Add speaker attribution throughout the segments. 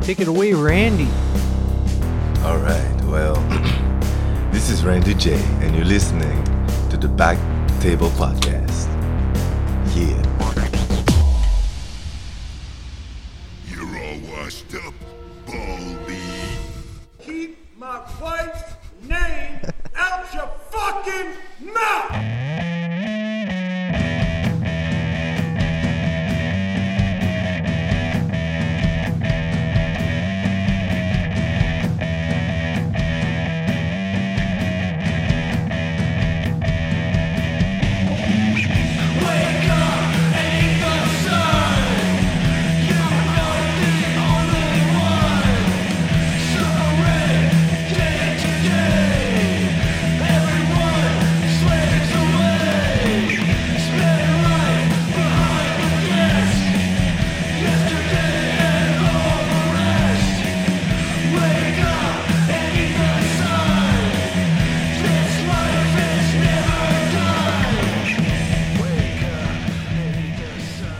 Speaker 1: Take it away, Randy.
Speaker 2: All right, well, this is Randy J, and you're listening to the Back Table Podcast. Yeah.
Speaker 3: You're all washed up, Baldy.
Speaker 4: keep my wife's name out your fucking mouth!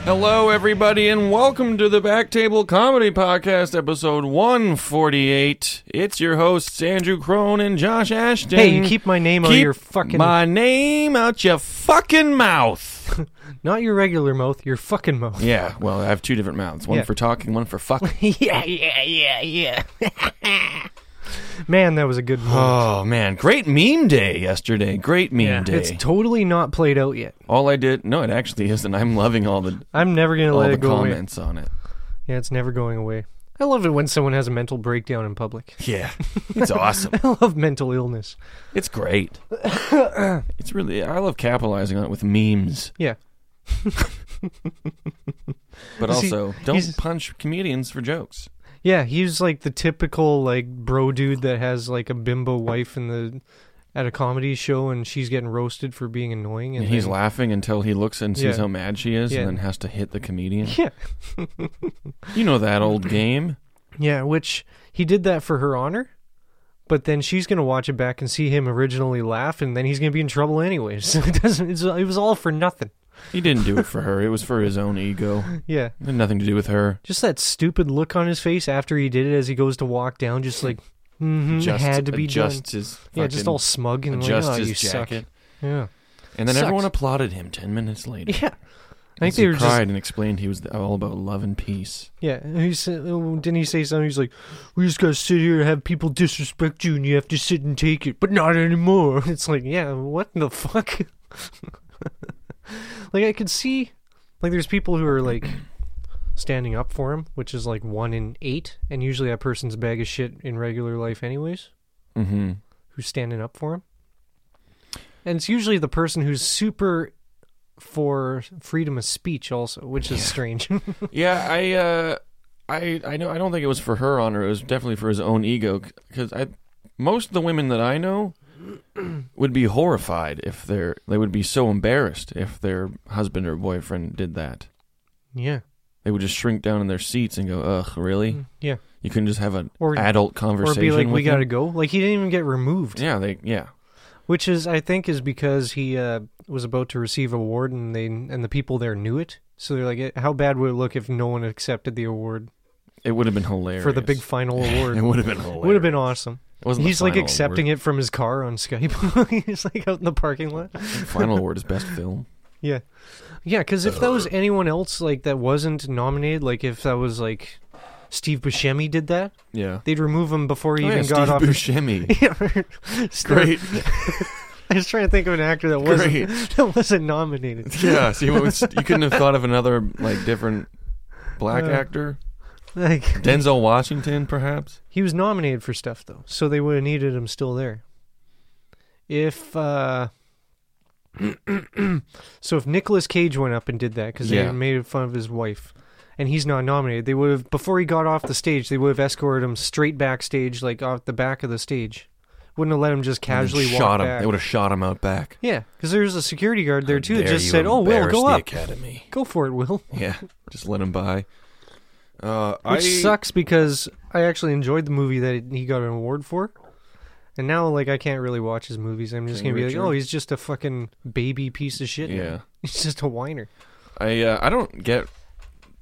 Speaker 5: Hello, everybody, and welcome to the Back Table Comedy Podcast, episode 148. It's your hosts, Andrew Crone and Josh Ashton.
Speaker 1: Hey, you keep my name out of
Speaker 5: Keep
Speaker 1: your fucking-
Speaker 5: My name out your fucking mouth.
Speaker 1: Not your regular mouth, your fucking mouth.
Speaker 5: yeah, well, I have two different mouths one
Speaker 1: Yeah.
Speaker 5: for talking, one for fucking.
Speaker 1: yeah, yeah, yeah, yeah. Man, that was a good moment.
Speaker 5: oh, man. Great meme day yesterday. Great meme day.
Speaker 1: It's totally not played out yet.
Speaker 5: all I did. No, it actually isn't. I'm loving all the,
Speaker 1: I'm never gonna
Speaker 5: all
Speaker 1: let
Speaker 5: the
Speaker 1: it go away.
Speaker 5: comments on it.
Speaker 1: Yeah, it's never going away. I love it when someone has a mental breakdown in public.
Speaker 5: Yeah, it's awesome.
Speaker 1: I love mental illness.
Speaker 5: It's great. it's really, I love capitalizing on it with memes.
Speaker 1: Yeah.
Speaker 5: But
Speaker 1: See,
Speaker 5: also,
Speaker 1: he's-
Speaker 5: don't punch comedians for jokes.
Speaker 1: Yeah, he's like the typical like bro dude that has like a bimbo wife in the at a comedy show and she's getting roasted for being annoying and
Speaker 5: And he's
Speaker 1: then-
Speaker 5: laughing until he looks and sees
Speaker 1: Yeah.
Speaker 5: how mad she is
Speaker 1: Yeah.
Speaker 5: and then has to hit the comedian.
Speaker 1: Yeah.
Speaker 5: You know that old game.
Speaker 1: Yeah, which he did that for her honor, but then she's gonna watch it back and see him originally laugh, and then he's gonna be in trouble anyway. So it doesn't. It's, it was all for nothing.
Speaker 5: He didn't do it for her. It was for his own ego.
Speaker 1: Yeah,
Speaker 5: It had nothing to do with her.
Speaker 1: just that stupid look on his face after he did it, as he goes to walk down, just like mm-hmm,
Speaker 5: Just
Speaker 1: had to be done.
Speaker 5: adjust his
Speaker 1: Yeah, just
Speaker 5: fucking-
Speaker 1: all smug and like,
Speaker 5: adjust
Speaker 1: oh,
Speaker 5: his
Speaker 1: you
Speaker 5: jacket.
Speaker 1: suck. Yeah,
Speaker 5: And then
Speaker 1: Sucks.
Speaker 5: everyone applauded him ten minutes later.
Speaker 1: yeah. I think
Speaker 5: As
Speaker 1: they
Speaker 5: he
Speaker 1: were
Speaker 5: cried
Speaker 1: just
Speaker 5: and explained he was all about love and peace.
Speaker 1: yeah. and He said, oh, didn't he say something? He's like, we just gotta sit here and have people disrespect you, and you have to sit and take it, but not anymore. It's like, yeah, what the fuck? like I could see, like there's people who are like standing up for him, which is like one in eight, and usually that person's a bag of shit in regular life, anyways.
Speaker 5: Mm-hmm.
Speaker 1: Who's standing up for him? And it's usually the person who's super for freedom of speech, also, which is strange.
Speaker 5: Yeah, I, uh, I, I know. I don't think it was for her honor. It was definitely for his own ego. Because I, most of the women that I know, would be horrified if their they would be so embarrassed if their husband or boyfriend did that.
Speaker 1: yeah,
Speaker 5: They would just shrink down in their seats and go, "Ugh, really?
Speaker 1: yeah.
Speaker 5: You couldn't just have an
Speaker 1: Mm-hmm. Or-
Speaker 5: adult
Speaker 1: or
Speaker 5: conversation
Speaker 1: be like,
Speaker 5: with
Speaker 1: we gotta
Speaker 5: him?"
Speaker 1: go. Like he didn't even get removed,
Speaker 5: Yeah, they. Yeah,
Speaker 1: which is I think is because he uh, was about to receive an award, and they and the people there knew it. So they're like, how bad would it look if no one accepted the award
Speaker 5: it would have been hilarious
Speaker 1: for the big final award?
Speaker 5: It would have been hilarious.
Speaker 1: Would have been awesome.
Speaker 5: It wasn't the
Speaker 1: He's like
Speaker 5: final
Speaker 1: accepting it from his car on Skype. He's like out in the parking lot.
Speaker 5: Final award is best film.
Speaker 1: Yeah, yeah. Because if that was anyone else, like that wasn't nominated, like if that was like Steve Buscemi did that,
Speaker 5: Yeah.
Speaker 1: they'd remove him before he
Speaker 5: Oh, yeah,
Speaker 1: even
Speaker 5: Steve
Speaker 1: got off. his-
Speaker 5: Buscemi.
Speaker 1: Steve-
Speaker 5: Great.
Speaker 1: I was trying to think of an actor that wasn't
Speaker 5: Great.
Speaker 1: that wasn't nominated.
Speaker 5: Yeah, see, what was, you couldn't have thought of another like different black
Speaker 1: Uh,
Speaker 5: actor,
Speaker 1: Like
Speaker 5: Denzel Washington, perhaps.
Speaker 1: he was nominated for stuff though, so they would have needed him still there. If uh so, if Nicolas Cage went up and did that because they
Speaker 5: Yeah.
Speaker 1: made fun of his wife, and he's not nominated, they would have before he got off the stage, they would have escorted him straight backstage, like off the back of the stage. Wouldn't have let him just casually
Speaker 5: They
Speaker 1: walk
Speaker 5: shot him.
Speaker 1: back.
Speaker 5: They would have shot him out back.
Speaker 1: yeah, because there was a security guard there too. that
Speaker 5: Dare
Speaker 1: Just
Speaker 5: you
Speaker 1: said, "Oh, Will,
Speaker 5: embarrass
Speaker 1: go
Speaker 5: the
Speaker 1: up,
Speaker 5: Academy.
Speaker 1: go for it, Will."
Speaker 5: Yeah, just let him by. Uh,
Speaker 1: Which
Speaker 5: I,
Speaker 1: sucks because I actually enjoyed the movie that he got an award for. And now, like, I can't really watch his movies. I'm just
Speaker 5: King
Speaker 1: going to be like,
Speaker 5: Richard.
Speaker 1: oh, he's just a fucking baby piece of shit. now.
Speaker 5: Yeah.
Speaker 1: He's just a whiner.
Speaker 5: I uh, I don't get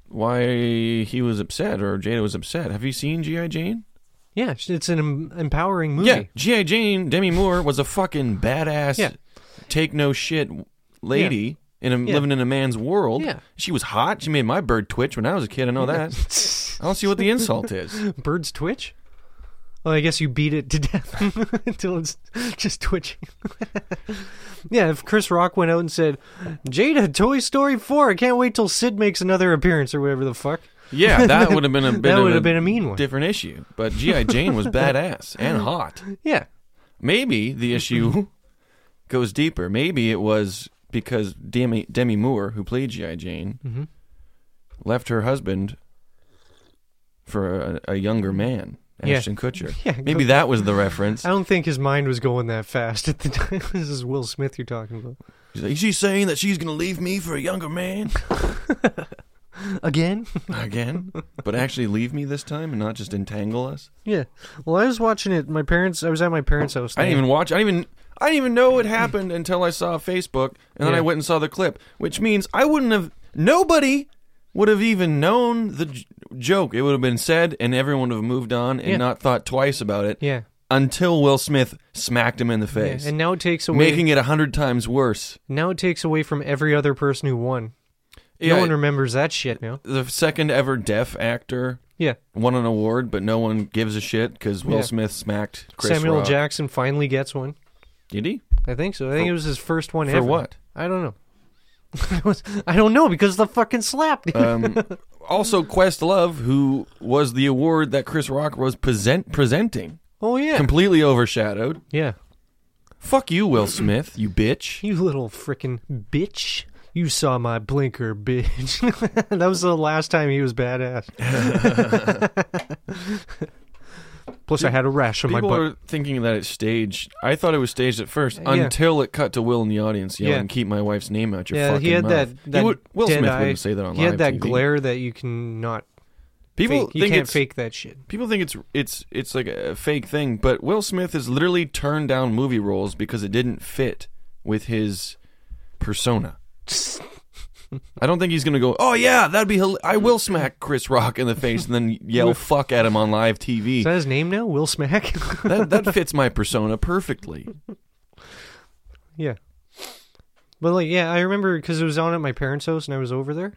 Speaker 5: why he was upset or Jada was upset. Have you seen G.I. Jane?
Speaker 1: Yeah, it's- it's an em- empowering movie.
Speaker 5: Yeah, G.I. Jane, Demi Moore was a fucking badass,
Speaker 1: Yeah.
Speaker 5: take no shit lady in a,
Speaker 1: Yeah.
Speaker 5: living in a man's world.
Speaker 1: Yeah.
Speaker 5: She was hot. She made my bird twitch when I was a kid. I know that. I don't see what the insult is.
Speaker 1: Uh, Birds twitch? Well, I guess you beat it to death until it's just twitching. yeah, if Chris Rock went out and said, Jada, Toy Story 4, I can't wait till Sid makes another appearance or whatever the fuck.
Speaker 5: Yeah, that would have been a bit
Speaker 1: That
Speaker 5: of
Speaker 1: would have been a mean one.
Speaker 5: different issue. But G.I. Jane was badass and hot.
Speaker 1: Yeah.
Speaker 5: Maybe the issue goes deeper. Maybe it was because Demi, Demi Moore, who played G.I. Jane,
Speaker 1: Mm-hmm.
Speaker 5: left her husband for a, a younger man,
Speaker 1: Yeah.
Speaker 5: Ashton Kutcher.
Speaker 1: Yeah,
Speaker 5: Maybe
Speaker 1: go- Oh.
Speaker 5: that was the reference.
Speaker 1: I don't think his mind was going that fast at the time. this is Will Smith you're talking about.
Speaker 5: She's like, she's saying that she's going to leave me for a younger man
Speaker 1: Again?
Speaker 5: again, but actually leave me this time and not just entangle us.
Speaker 1: yeah. Well, I was watching it. My parents, I was at my parents' house.
Speaker 5: I didn't even watch. I didn't even. I didn't even know it happened until I saw Facebook, and then
Speaker 1: Yeah.
Speaker 5: I went and saw the clip, which means I wouldn't have. Nobody would have even known the j- joke. It would have been said, and everyone would have moved on and
Speaker 1: Yeah.
Speaker 5: not thought twice about it.
Speaker 1: Yeah.
Speaker 5: Until Will Smith smacked him in the
Speaker 1: Yeah,
Speaker 5: face,
Speaker 1: And now it takes away.
Speaker 5: making it a hundred times worse.
Speaker 1: Now it takes away from every other person who won.
Speaker 5: Yeah,
Speaker 1: no one remembers that shit now.
Speaker 5: the second ever deaf actor
Speaker 1: Yeah.
Speaker 5: won an award, but no one gives a shit because Will
Speaker 1: Yeah.
Speaker 5: Smith smacked Chris
Speaker 1: Samuel
Speaker 5: Rock.
Speaker 1: Jackson finally gets one.
Speaker 5: Did he?
Speaker 1: I think so. I think it was his first one
Speaker 5: for
Speaker 1: ever.
Speaker 5: what?
Speaker 1: I don't know. I was- I don't know because the fucking slap.
Speaker 5: Uh,
Speaker 1: dude.
Speaker 5: Also, Questlove, who was the award that Chris Rock was present presenting,
Speaker 1: oh yeah,
Speaker 5: completely overshadowed.
Speaker 1: yeah.
Speaker 5: Fuck you, Will Smith, you bitch.
Speaker 1: You little frickin' bitch. You saw my blinker, bitch. that was the last time he was badass. Plus, I had a rash on my
Speaker 5: People
Speaker 1: butt.
Speaker 5: are thinking that it's staged. I thought it was staged at first
Speaker 1: Yeah.
Speaker 5: until it cut to Will in the audience yelling,
Speaker 1: Yeah.
Speaker 5: "Keep my wife's name out your
Speaker 1: yeah,
Speaker 5: fucking
Speaker 1: he had
Speaker 5: mouth."
Speaker 1: that.
Speaker 5: He
Speaker 1: that
Speaker 5: would- Will
Speaker 1: dead
Speaker 5: Smith
Speaker 1: eye.
Speaker 5: wouldn't say that on
Speaker 1: He had
Speaker 5: live
Speaker 1: that
Speaker 5: TV.
Speaker 1: glare that you can not.
Speaker 5: People
Speaker 1: fake. You
Speaker 5: think
Speaker 1: can't
Speaker 5: it's,
Speaker 1: fake that shit.
Speaker 5: People think it's it's it's like a fake thing, but Will Smith has literally turned down movie roles because it didn't fit with his persona. I don't think he's gonna go. Oh yeah, that'd be. Hel- I will smack Chris Rock in the face and then yell "fuck" at him on live TV.
Speaker 1: Is that his name now? Will Smack.
Speaker 5: That that fits my persona perfectly.
Speaker 1: Yeah. But like, yeah, I remember because it was on at my parents' house, and I was over there,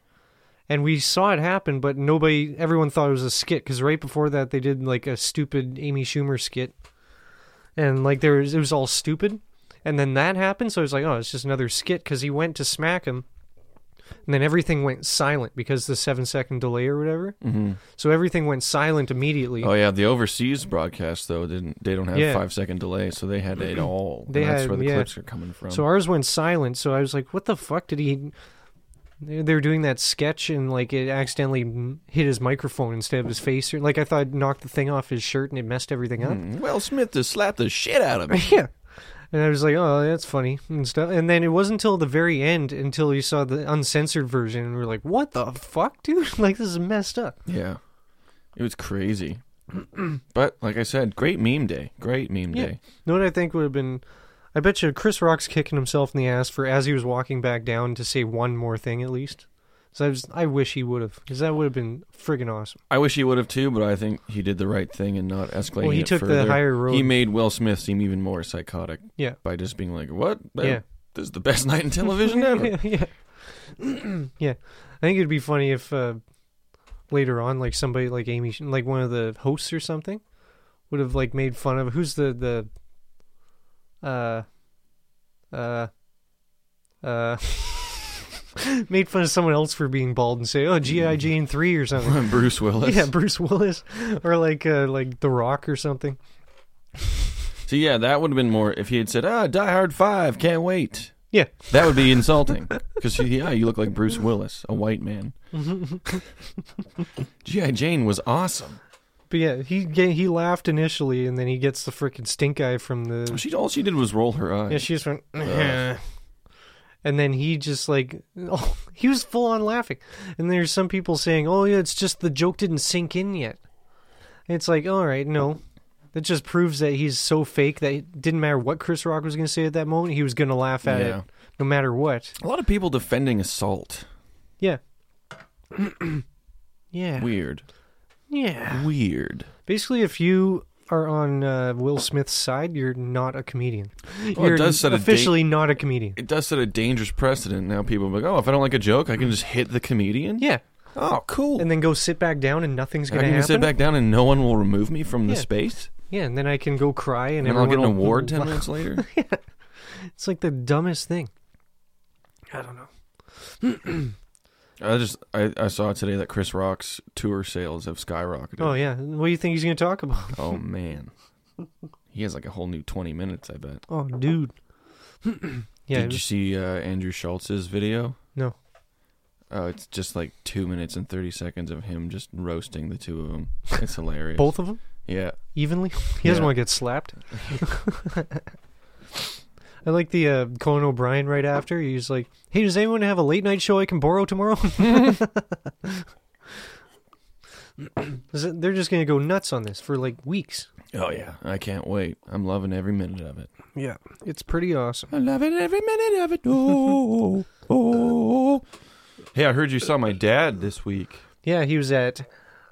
Speaker 1: and we saw it happen. But nobody, everyone thought it was a skit because right before that they did like a stupid Amy Schumer skit, and like there was, it was all stupid, and then that happened. So I was like, oh, it's just another skit because he went to smack him, and then everything went silent because the seven second delay or whatever. Mm-hmm. So everything went silent immediately.
Speaker 5: Oh yeah, the overseas broadcast though didn't. They don't have
Speaker 1: Yeah.
Speaker 5: five second delay, so they had it all.
Speaker 1: They
Speaker 5: and that's
Speaker 1: had-
Speaker 5: where the
Speaker 1: yeah.
Speaker 5: clips are coming from.
Speaker 1: So ours went silent. So I was like, "What the fuck did he?" They they were doing that sketch, and like it accidentally m- hit his microphone instead of his face. Or, like I thought, it knocked the thing off his shirt, and it messed everything up.
Speaker 5: Will Smith just slapped the shit out of me.
Speaker 1: Yeah. And I was like, "Oh, that's funny and stuff." And then it wasn't until the very end until you saw the uncensored version, and we are like, "What the fuck, dude? like this is messed up."
Speaker 5: Yeah. It was crazy. but like I said, great meme day. Great meme
Speaker 1: Yeah.
Speaker 5: day.
Speaker 1: You know what I think would have been? I bet you Chris Rock's kicking himself in the ass for as he was walking back down to say one more thing at least. So I, was, I wish he would have, because that would have been friggin' awesome.
Speaker 5: I wish he would have too, but I think he did the right thing and not escalating.
Speaker 1: Well, he
Speaker 5: it
Speaker 1: took the
Speaker 5: further.
Speaker 1: higher road.
Speaker 5: He made Will Smith seem even more psychotic
Speaker 1: Yeah.
Speaker 5: by just being like, "What? That-
Speaker 1: Yeah.
Speaker 5: This is the best night in television ever."
Speaker 1: yeah. yeah. I think it'd be funny if uh, later on, like somebody like Amy, Sch- like one of the hosts or something, would have like made fun of who's the the uh uh uh. Made fun of someone else for being bald and say, "Oh, GI Jane three or something."
Speaker 5: Bruce Willis.
Speaker 1: yeah, Bruce Willis, or like uh, like The Rock or something.
Speaker 5: So yeah, that would have been more if he had said, "Ah, Die Hard 5, can't wait."
Speaker 1: Yeah,
Speaker 5: That would be insulting because yeah, you look like Bruce Willis, a white man. GI Jane was awesome.
Speaker 1: but yeah, he ga- he laughed initially, and then he gets the freaking stink eye from the
Speaker 5: She all she did was roll her eyes.
Speaker 1: Yeah, she just went.
Speaker 5: Uh.
Speaker 1: And then he just like, oh, he was full on laughing. And there's some people saying, "Oh yeah, it's just the joke didn't sink in yet." And it's like, all right, no, that just proves that he's so fake that it didn't matter what Chris Rock was going to say at that moment, he was going to laugh at
Speaker 5: Yeah.
Speaker 1: it no matter what.
Speaker 5: A lot of people defending assault.
Speaker 1: Yeah, Yeah.
Speaker 5: Weird.
Speaker 1: yeah.
Speaker 5: Weird.
Speaker 1: Basically, if you are on uh, Will Smith's side, you're not a comedian. you're
Speaker 5: Oh, does set a
Speaker 1: officially not a comedian.
Speaker 5: It does set a dangerous precedent. Now people are like, oh, if I don't like a joke, I can just hit the comedian.
Speaker 1: Yeah.
Speaker 5: Oh, cool.
Speaker 1: And then go sit back down and nothing's
Speaker 5: I
Speaker 1: going to
Speaker 5: can
Speaker 1: happen.
Speaker 5: just sit back down and no one will remove me from
Speaker 1: Yeah.
Speaker 5: the space.
Speaker 1: Yeah, and then I can go cry and,
Speaker 5: And I'll
Speaker 1: everyone
Speaker 5: get an
Speaker 1: will-
Speaker 5: award ten minutes later.
Speaker 1: It's like the dumbest thing. I don't know.
Speaker 5: I just I, I saw today that Chris Rock's tour sales have skyrocketed.
Speaker 1: Oh yeah, what do you think he's going to talk about?
Speaker 5: Oh, man. He has like a whole new twenty minutes, I bet.
Speaker 1: Oh, dude. yeah.
Speaker 5: Did you see uh, Andrew Schultz's video?
Speaker 1: No.
Speaker 5: Oh, it's just like two minutes and thirty seconds of him just roasting the two of them. It's hilarious.
Speaker 1: Both of them
Speaker 5: Yeah.
Speaker 1: evenly. He doesn't
Speaker 5: Yeah.
Speaker 1: want to get slapped. I like the uh, Conan O'Brien right after. He's like, "Hey, does anyone have a late night show I can borrow tomorrow?" Is it- They're just going to go nuts on this for like weeks.
Speaker 5: Oh yeah. I can't wait. I'm loving every minute of it.
Speaker 1: Yeah, it's pretty awesome.
Speaker 5: I'm loving every minute of it. Oh, oh. Hey, I heard you saw my dad this week.
Speaker 1: Yeah, he was at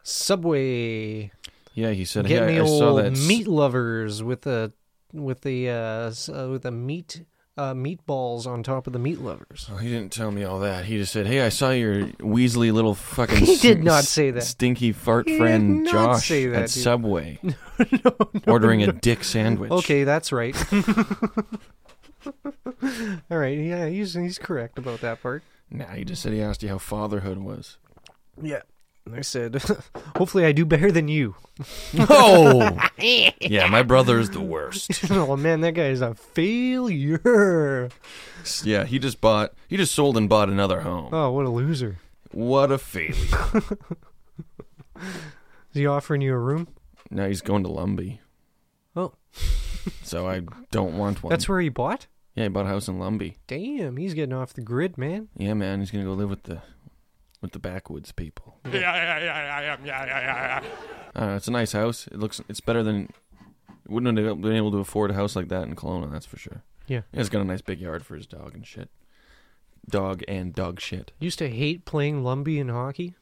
Speaker 1: Subway.
Speaker 5: Yeah, he said,
Speaker 1: Get
Speaker 5: "Hey,
Speaker 1: me
Speaker 5: I, I
Speaker 1: old
Speaker 5: saw that s-
Speaker 1: meat lovers with a with the uh, s- uh, with the meat uh, meatballs on top of the meat lovers.
Speaker 5: Oh, he didn't tell me all that. He just said, "Hey, I saw your Weasley little fucking."
Speaker 1: He
Speaker 5: s-
Speaker 1: did not say that.
Speaker 5: Stinky fart
Speaker 1: He did
Speaker 5: friend
Speaker 1: not
Speaker 5: Josh
Speaker 1: say that,
Speaker 5: at
Speaker 1: dude.
Speaker 5: Subway, ordering a dick sandwich.
Speaker 1: Okay, that's right. All right, yeah, he's he's correct about that part.
Speaker 5: Nah, he just said he asked you how fatherhood was.
Speaker 1: Yeah, I said, hopefully I do better than you.
Speaker 5: No. yeah, my brother's the worst.
Speaker 1: oh man, that guy is a failure.
Speaker 5: Yeah, he just bought, he just sold and bought another home.
Speaker 1: Oh, what a loser!
Speaker 5: What a failure.
Speaker 1: Is he offering you a room?
Speaker 5: now he's going to Lumby,
Speaker 1: Oh,
Speaker 5: so I don't want one.
Speaker 1: that's where he bought.
Speaker 5: yeah, he bought a house in Lumby.
Speaker 1: Damn, he's getting off the grid, man.
Speaker 5: Yeah, man, he's gonna go live with the, with the backwoods people.
Speaker 3: Yeah, yeah, yeah, yeah, yeah, yeah, yeah.
Speaker 5: Uh, it's a nice house. It looks. It's better than. Wouldn't have been able to afford a house like that in Kelowna. That's for sure.
Speaker 1: Yeah.
Speaker 5: Yeah, it's got a nice big yard for his dog and shit. Dog and dog shit.
Speaker 1: used to hate playing Lumby in hockey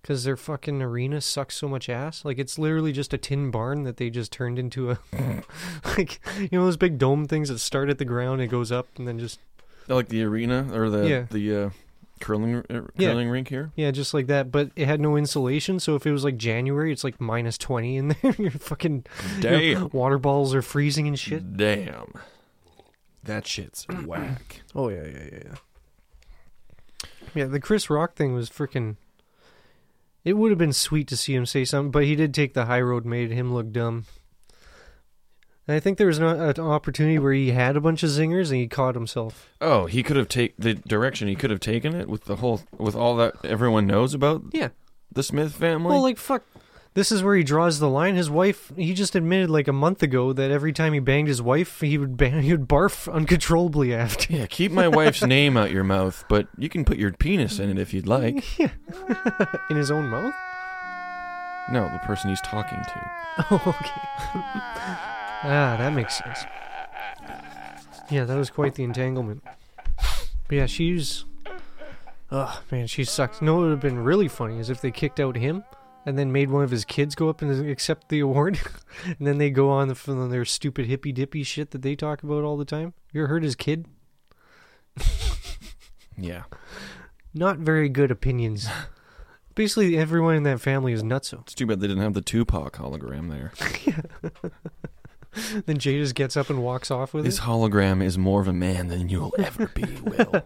Speaker 1: because their fucking arena sucks so much ass. Like it's literally just a tin barn that they just turned into a like you know those big dome things that start at the ground and goes up and then just
Speaker 5: I like the arena or the
Speaker 1: Yeah.
Speaker 5: the uh, curling uh,
Speaker 1: Yeah.
Speaker 5: curling rink here.
Speaker 1: yeah just like that. But it had no insulation, so if it was like January, it's like minus twenty in there. Your fucking you know,
Speaker 5: Damn.
Speaker 1: water balls are freezing and shit.
Speaker 5: Damn. That shit's whack.
Speaker 1: Oh yeah, yeah, yeah, yeah. Yeah, the Chris Rock thing was freaking. It would have been sweet to see him say something, but he did take the high road, made him look dumb. And I think there was an, an opportunity where he had a bunch of zingers and he caught himself.
Speaker 5: Oh, he could have take the direction he could have taken it with the whole with all that everyone knows about
Speaker 1: Yeah.
Speaker 5: the Smith family.
Speaker 1: Well, like fuck. This is where he draws the line. His wife, he just admitted like a month ago that every time he banged his wife, he would ban- he would barf uncontrollably after.
Speaker 5: yeah, keep my wife's name out your mouth, but you can put your penis in it if you'd like.
Speaker 1: in his own mouth.
Speaker 5: No, the person he's talking to.
Speaker 1: Oh, okay. ah, that makes sense. Yeah, that was quite the entanglement. But yeah, she's. Oh man, she sucks. No, it would have been really funny is if they kicked out him and then made one of his kids go up and accept the award, and then they go on from their stupid hippy dippy shit that they talk about all the time. You ever heard his kid?
Speaker 5: Yeah.
Speaker 1: Not very good opinions. Basically, everyone in that family is nutso.
Speaker 5: It's too bad they didn't have the Tupac hologram there.
Speaker 1: Then Jay just gets up and walks off with
Speaker 5: This
Speaker 1: it.
Speaker 5: hologram is more of a man than you'll ever be, Will.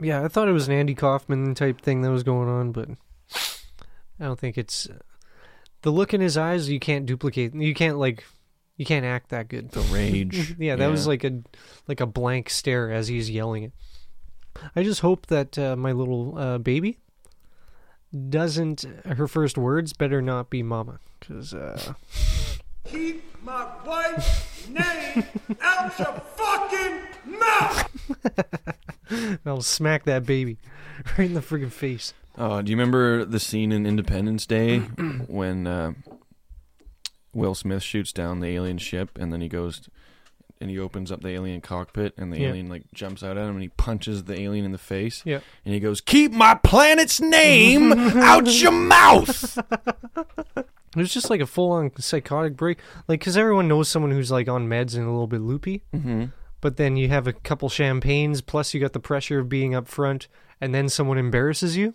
Speaker 1: Yeah, I thought it was an Andy Kaufman type thing that was going on, but I don't think it's the look in his eyes. You can't duplicate. You can't like. You can't act that good.
Speaker 5: The rage.
Speaker 1: Yeah, that was like a like a blank stare as he's yelling it. I just hope that uh, my little uh, baby doesn't. Her first words better not be "mama," because uh,
Speaker 4: Keep my wife's name out your fucking mouth!
Speaker 1: I'll smack that baby right in the friggin' face.
Speaker 5: Uh, do you remember the scene in Independence Day when uh, Will Smith shoots down the alien ship and then he goes and he opens up the alien cockpit and the
Speaker 1: Yeah.
Speaker 5: alien like jumps out at him and he punches the alien in the face.
Speaker 1: Yeah.
Speaker 5: And he goes, "Keep my planet's name out your mouth."
Speaker 1: It was just like a full on psychotic break. Like, because everyone knows someone who's like on meds and a little bit loopy. Mm-hmm. But then you have a couple champagnes, plus you got the pressure of being up front, and then someone embarrasses you.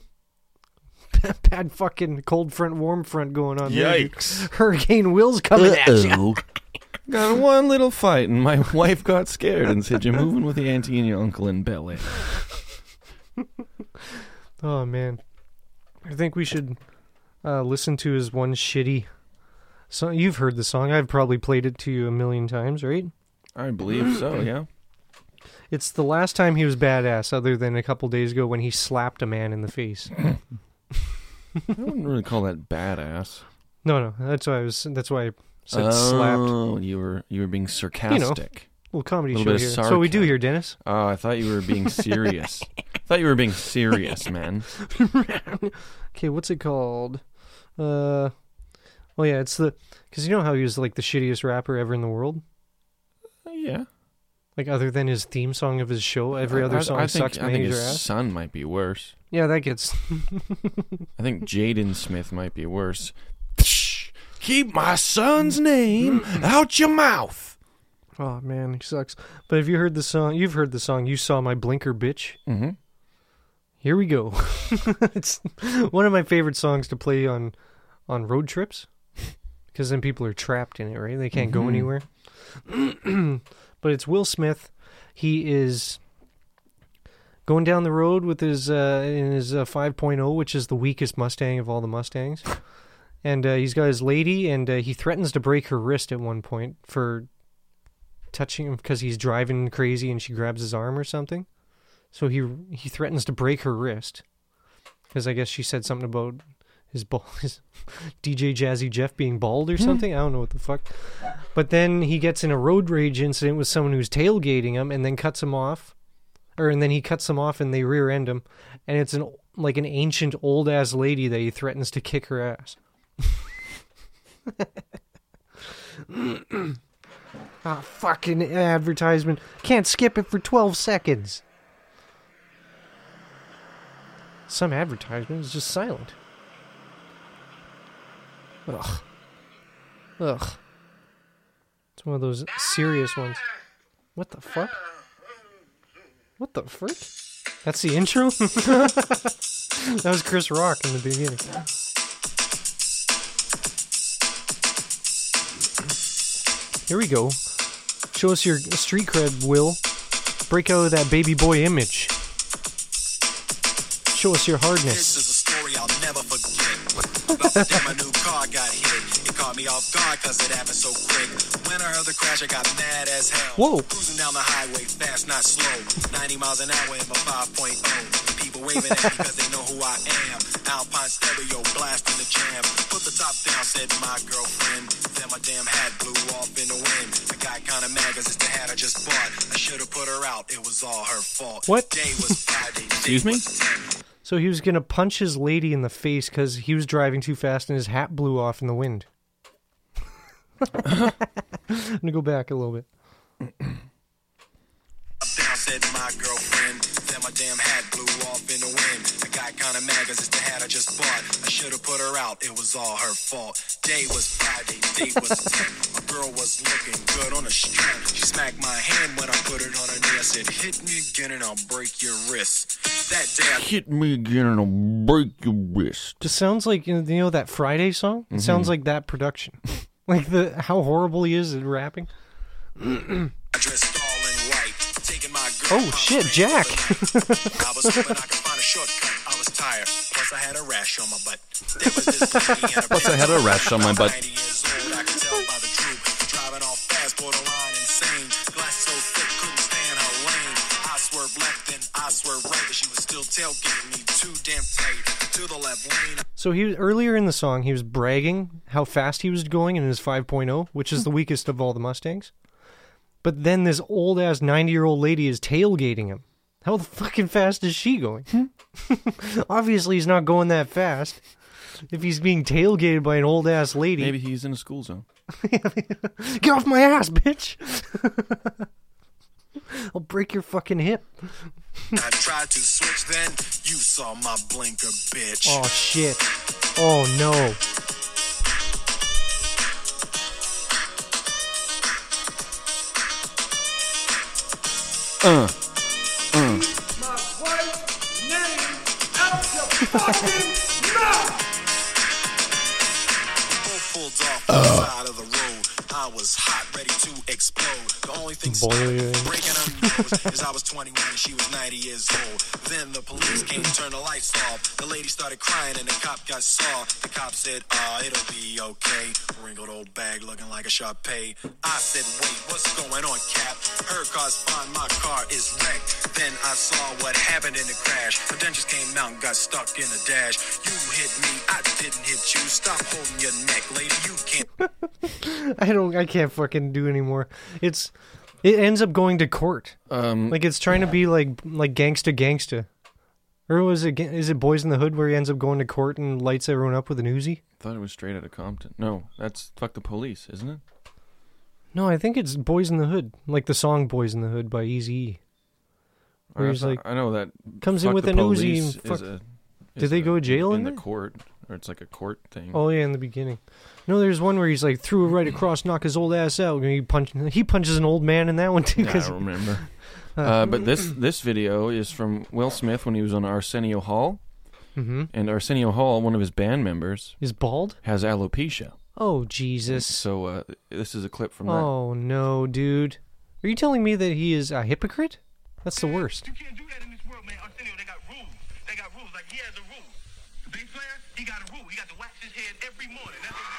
Speaker 1: Bad fucking cold front, warm front going on there. dude.
Speaker 5: Yikes. Uh-uh.
Speaker 1: Hurricane Will's coming at you.
Speaker 5: Got one little fight, and my wife got scared and said, "You're moving with your auntie and your uncle in Bel Air."
Speaker 1: Oh, man. I think we should uh, listen to his one shitty song. You've heard the song. I've probably played it to you a million times, right?
Speaker 5: I believe so. Yeah.
Speaker 1: It's the last time he was badass, other than a couple days ago when he slapped a man in the face.
Speaker 5: I wouldn't really call that badass.
Speaker 1: No, no, that's why I was. That's why I said slapped.
Speaker 5: Oh, you were you were being sarcastic.
Speaker 1: Well, comedy
Speaker 5: little
Speaker 1: show
Speaker 5: bit
Speaker 1: here.
Speaker 5: of
Speaker 1: So we do
Speaker 5: sarcasm.
Speaker 1: here, Dennis.
Speaker 5: Oh, I thought you were being serious. I thought you were being serious, man.
Speaker 1: Okay, what's it called? Uh, well, yeah, it's the because you know how he was like the shittiest rapper ever in the world.
Speaker 5: Yeah.
Speaker 1: Like other than his theme song of his show, every
Speaker 5: I-
Speaker 1: other
Speaker 5: I-
Speaker 1: song
Speaker 5: I think,
Speaker 1: sucks
Speaker 5: I think
Speaker 1: manager
Speaker 5: his
Speaker 1: ass.
Speaker 5: son might be worse.
Speaker 1: Yeah, that gets.
Speaker 5: I think Jaden Smith might be worse. Keep my son's name out your mouth.
Speaker 1: Oh man, he sucks. But have you heard the song? You've heard the song. You saw my blinker, bitch.
Speaker 5: Mm-hmm.
Speaker 1: Here we go. it's one of my favorite songs to play on on road trips because then people are trapped in it, right? They can't go anywhere. but it's Will Smith. He is going down the road with his uh, in his uh, 5.0, which is the weakest Mustang of all the Mustangs. And uh, he's got his lady, and uh, he threatens to break her wrist at one point for touching him because he's driving crazy, and she grabs his arm or something. So he he threatens to break her wrist because I guess she said something about his ball, his DJ Jazzy Jeff being bald or something. I don't know what the fuck. But then he gets in a road rage incident with someone who's tailgating him and then cuts him off, or and then he cuts him off and they rear end him, and it's an like an ancient old ass lady that he threatens to kick her ass. Ah, fucking advertisement. Can't skip it for 12 seconds some advertisement is just silent. Ugh. Ugh. It's one of those serious ones. What the fuck? What the frick? That's the intro? that was Chris Rock in the beginning. Here we go. Show us your street cred, Will. Break out of that baby boy image. Show us your hardness.
Speaker 6: This is a story I'll never forget. About the day my new car got hit. It caught me off guard because it happened so quick. When I heard the crash, I got mad as hell.
Speaker 1: Whoa.
Speaker 6: Cruising down the highway, fast, not slow. 90 miles an hour in my 5.0. People waving at me because they know who I am. Alpine stereo blasting the jam. Put the top down, said my girlfriend. Then my damn hat blew off in the wind. I got kind of mad because it's the hat I just bought. I should have put her out. It was all her fault.
Speaker 1: What?
Speaker 6: Day was Friday.
Speaker 5: Excuse me?
Speaker 1: So he was gonna punch his lady in the face because he was driving too fast and his hat blew off in the wind. I'm gonna go back a little bit.
Speaker 6: down, said my girlfriend. Then my damn hat blew off in the wind. I got kinda mad 'cause it's the hat I just bought. I should've put her out, it was all her fault. Day was Friday, date was 10. My girl was looking good on a strap. She smacked my hand when I put it on her knee. I said, hit me again and I'll break your wrist. That day I
Speaker 5: Hit me again and I'll break your wrist.
Speaker 1: Just sounds like you know, you know that Friday song. It sounds like that production, like the how horrible he is at rapping.
Speaker 6: dressed all in white, taking my girl.
Speaker 1: Oh,
Speaker 6: out
Speaker 1: shit,
Speaker 6: for
Speaker 1: Jack.
Speaker 6: the night. I was hoping I could find a shortcut. I was tired. Plus, I had a rash on my butt. There was this lady in a
Speaker 5: Plus, I had a rash on my butt.
Speaker 6: 90 years old, I could tell by the droop. Driving off fast, borderline insane. Glass so thick, couldn't stay in her lane. I swerved left, then I swerved right, but she was still tailgating me too damn tight. To the left lane,
Speaker 1: So he was earlier in the song he was bragging how fast he was going in his 5.0, which is the weakest of all the Mustangs. But then this old ass 90 year old lady is tailgating him. How the fucking fast is she going? Obviously he's not going that fast. if he's being tailgated by an old ass lady.
Speaker 5: Maybe he's in a school zone.
Speaker 1: Get off my ass, bitch! I'll break your fucking hip.
Speaker 6: I tried to switch then, you saw my blinker, bitch.
Speaker 1: Oh shit. Oh no.
Speaker 5: Uh,
Speaker 4: My wife's name out your fucking mouth.
Speaker 6: Both pulled off to the side of the road. I was hot, ready to explode. The only thing stopping me
Speaker 1: Boiling.
Speaker 6: from breaking her nose is I was 21 and she was 90 years old. Then the police came, turned the lights off. The lady started crying and the cop got saw. The cop said, "Ah, it'll be okay." Wrinkled old bag looking like a Sharpay. I said, "Wait, what's going on, Cap?" Her car's fine, my car is wrecked. Then I saw what happened in the crash. The dentures came out and got stuck in the dash. You hit me, I didn't hit you. Stop holding your neck, lady. You can't.
Speaker 1: I don't. I can't fucking do anymore. It's. It ends up going to court.
Speaker 5: um,
Speaker 1: Like it's trying to be like like gangsta gangsta. Or was it ga- is it Boys in the Hood where he ends up going to court and lights everyone up with an Uzi?
Speaker 5: thought it was straight out of Compton. No, that's fuck the police, isn't it?
Speaker 1: No, I think it's Boys in the Hood, like the song "Boys in the Hood" by Eazy.
Speaker 5: Or
Speaker 1: Where he's
Speaker 5: I-
Speaker 1: like-
Speaker 5: I know that
Speaker 1: comes in
Speaker 5: fuck
Speaker 1: with
Speaker 5: the
Speaker 1: an Uzi
Speaker 5: police
Speaker 1: and
Speaker 5: is
Speaker 1: fuck-
Speaker 5: a-
Speaker 1: Did
Speaker 5: is
Speaker 1: they
Speaker 5: a-
Speaker 1: go to jail
Speaker 5: in
Speaker 1: in
Speaker 5: the
Speaker 1: there?
Speaker 5: court? Or it's like a court thing.
Speaker 1: Oh yeah, in the beginning. No, there's one where he's like threw it right across, knock his old ass out. And he punch, he punches an old man in that one too.
Speaker 5: Yeah, I
Speaker 1: 'cause-
Speaker 5: don't remember. Uh, but this this video is from Will Smith when he was on Arsenio Hall,
Speaker 1: Mhm.
Speaker 5: and Arsenio Hall, one of his band members,
Speaker 1: is bald.
Speaker 5: has alopecia.
Speaker 1: Oh Jesus!
Speaker 5: So uh, this is a clip from
Speaker 1: Oh no, dude. Are you telling me that he is a hypocrite? That's the worst.
Speaker 7: You can't do that in this world, man. Arsenio, they got rules. They got rules. Like, he has a rule. The bass player, he got a rule. He got to wax his head every morning. That's a rule.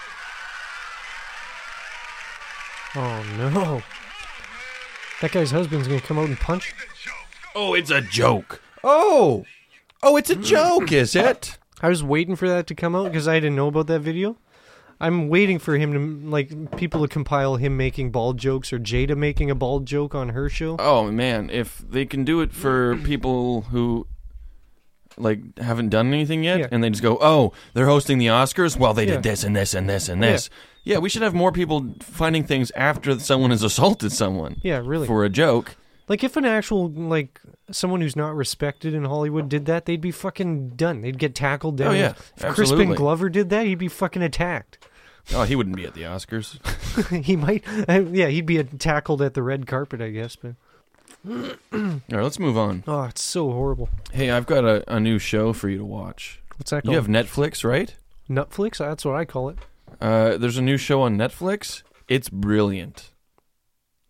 Speaker 1: Oh no. That guy's husband's gonna come out and punch.
Speaker 7: It's a joke.
Speaker 5: that. Oh, it's a joke. Oh, oh, it's a joke, is it?
Speaker 1: I was waiting for that to come out because I didn't know about that video. I'm waiting for him to like people to compile him making bald jokes or Jada making a bald joke on her show.
Speaker 5: Oh man, if they can do it for people who like haven't done anything yet,
Speaker 1: Yeah.
Speaker 5: and they just go, "Oh, they're hosting the Oscars. Well, they
Speaker 1: Yeah.
Speaker 5: did this and this and this and this." Yeah. we should have more people finding things after someone has assaulted someone.
Speaker 1: Yeah, really.
Speaker 5: for a joke.
Speaker 1: Like if an actual like someone who's not respected in Hollywood did that, they'd be fucking done. They'd get tackled down.
Speaker 5: Oh, yeah.
Speaker 1: If Crispin
Speaker 5: Absolutely.
Speaker 1: Glover did that, he'd be fucking attacked.
Speaker 5: Oh, he wouldn't be at the Oscars.
Speaker 1: he might, uh, yeah, he'd be tackled at the red carpet, I guess. But
Speaker 5: All right, let's move on.
Speaker 1: oh, it's so horrible.
Speaker 5: Hey, I've got a, a new show for you to watch.
Speaker 1: What's that
Speaker 5: You
Speaker 1: called?
Speaker 5: have Netflix, right?
Speaker 1: Netflix? That's what I call it.
Speaker 5: Uh, there's a new show on Netflix. It's brilliant.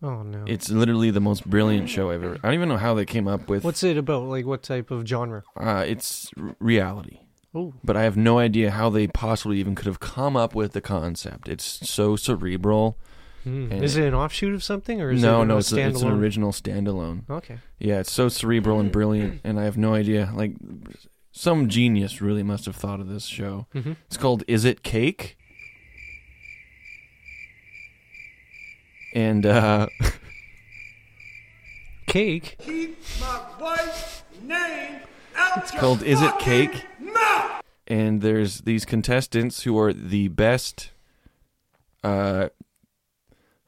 Speaker 1: Oh no.
Speaker 5: It's literally the most brilliant show I've ever. I don't even know how they came up with.
Speaker 1: What's it about? Like what type of genre?
Speaker 5: Uh, it's r- reality.
Speaker 1: Oh.
Speaker 5: But I have no idea how they possibly even could have come up with the concept. It's so cerebral. and
Speaker 1: Hmm. Is it an offshoot of something or is
Speaker 5: no,
Speaker 1: it
Speaker 5: no,
Speaker 1: a
Speaker 5: it's, a,
Speaker 1: standalone? Oh.
Speaker 5: it's an original standalone.
Speaker 1: Okay.
Speaker 5: Yeah, it's so cerebral and brilliant,
Speaker 1: Hmm.
Speaker 5: and I have no idea. Like, some genius really must have thought of this show.
Speaker 1: Mm-hmm.
Speaker 5: It's called "Is It Cake," and uh,
Speaker 1: Cake.
Speaker 4: Keep my wife's name out your
Speaker 5: called Is It
Speaker 4: fucking
Speaker 5: Cake?
Speaker 4: mouth.
Speaker 5: and there's these contestants who are the best. Uh,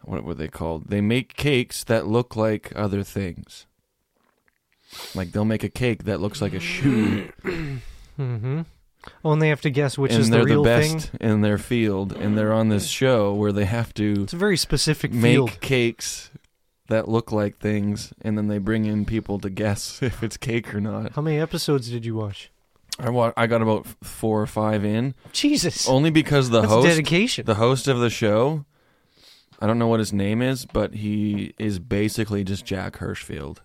Speaker 5: what were they called? They make cakes that look like other things. Like they'll make a cake that looks like a shoe.
Speaker 1: Oh, and they have to guess which
Speaker 5: and
Speaker 1: is
Speaker 5: they're
Speaker 1: the real thing.
Speaker 5: best in their field, and they're on this show where they have to
Speaker 1: It's a very specific
Speaker 5: make
Speaker 1: field.
Speaker 5: cakes that look like things, and then they bring in people to guess if it's cake or not.
Speaker 1: How many episodes did you watch?
Speaker 5: I wa- I got about f- four or five in,
Speaker 1: Jesus.
Speaker 5: only because the
Speaker 1: That's
Speaker 5: host,
Speaker 1: dedication.
Speaker 5: the host of the show, I don't know what his name is, but he is basically just Jack Hirschfield.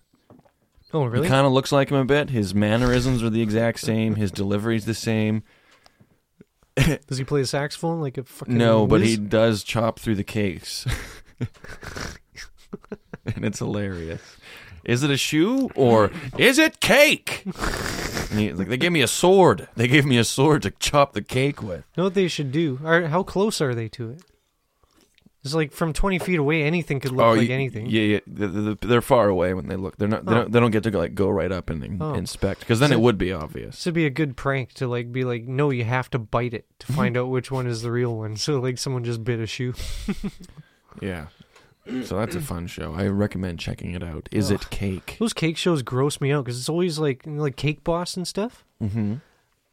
Speaker 1: oh, really?
Speaker 5: He kind of looks like him a bit. His mannerisms are the exact same. His delivery's the same.
Speaker 1: Does he play the saxophone like a fucking
Speaker 5: No, but he
Speaker 1: whiz?
Speaker 5: does chop through the cakes. and it's hilarious. Is it a shoe or is it cake? And he- like, they gave me a sword. They gave me a sword to chop the cake with.
Speaker 1: Know what they should do? Or how close are they to it? It's like from 20 feet away, anything could look
Speaker 5: oh,
Speaker 1: like
Speaker 5: y-
Speaker 1: anything.
Speaker 5: Yeah, yeah. The, the, the- they're far away when they look. They're not. They,
Speaker 1: Oh.
Speaker 5: don't, they don't get to go, like go right up and, in-
Speaker 1: Oh.
Speaker 5: inspect because then
Speaker 1: So-
Speaker 5: it would be obvious.
Speaker 1: This would be a good prank to like be like, no, you have to bite it to find out which one is the real one. So like someone just bit a shoe.
Speaker 5: Yeah. So that's a fun show. I recommend checking it out. Is it cake?
Speaker 1: Those cake shows gross me out because it's always like you know, like Cake Boss and stuff.
Speaker 5: Mm-hmm.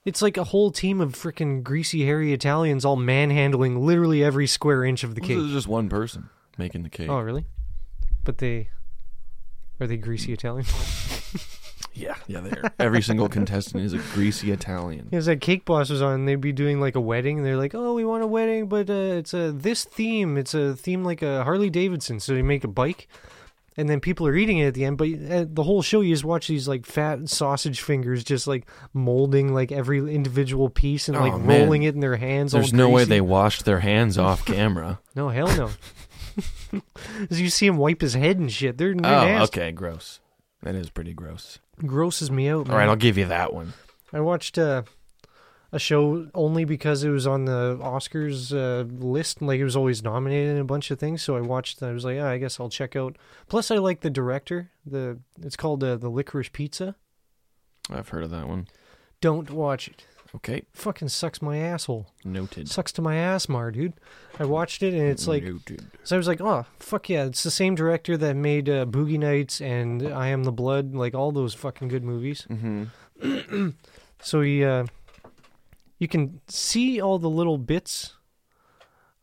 Speaker 1: It's like a whole team of freaking greasy, hairy Italians all manhandling literally every square inch of the
Speaker 5: This is
Speaker 1: cake.
Speaker 5: just one person making the cake.
Speaker 1: Oh, really? But they are they greasy Italians?
Speaker 5: Yeah, yeah. They are. Every single contestant is a greasy Italian.
Speaker 1: Because that Cake Boss was on, they'd be doing like a wedding, and they're like, "Oh, we want a wedding, but uh, it's a this theme. It's a theme like a Harley Davidson." So they make a bike, and then people are eating it at the end. But uh, the whole show, you just watch these like fat sausage fingers just like molding like every individual piece and like
Speaker 5: Oh, man.
Speaker 1: rolling it in their hands.
Speaker 5: There's
Speaker 1: all
Speaker 5: no way
Speaker 1: greasy.
Speaker 5: they washed their hands off camera.
Speaker 1: No, hell no. 'Cause you see him wipe his head and shit. They're, they're
Speaker 5: oh,
Speaker 1: nasty.
Speaker 5: okay, gross. That is pretty gross.
Speaker 1: Grosses me out.
Speaker 5: All right,
Speaker 1: man.
Speaker 5: I'll give you that one.
Speaker 1: I watched uh, a show only because it was on the Oscars uh, list. and, Like it was always nominated in a bunch of things, so I watched. I was like, "Ah, I guess I'll check out. Plus, I like the director. The it's called uh, the Licorice Pizza.
Speaker 5: I've heard of that one.
Speaker 1: Don't watch it.
Speaker 5: Okay,
Speaker 1: Fucking sucks my asshole.
Speaker 5: noted.
Speaker 1: Sucks to my ass, Mar, dude. I watched it and it's like
Speaker 5: noted.
Speaker 1: so. I was like, oh fuck yeah, it's the same director that made uh, Boogie Nights and I Am the Blood, like all those fucking good movies.
Speaker 5: Mm-hmm.
Speaker 1: So he, uh, you can see all the little bits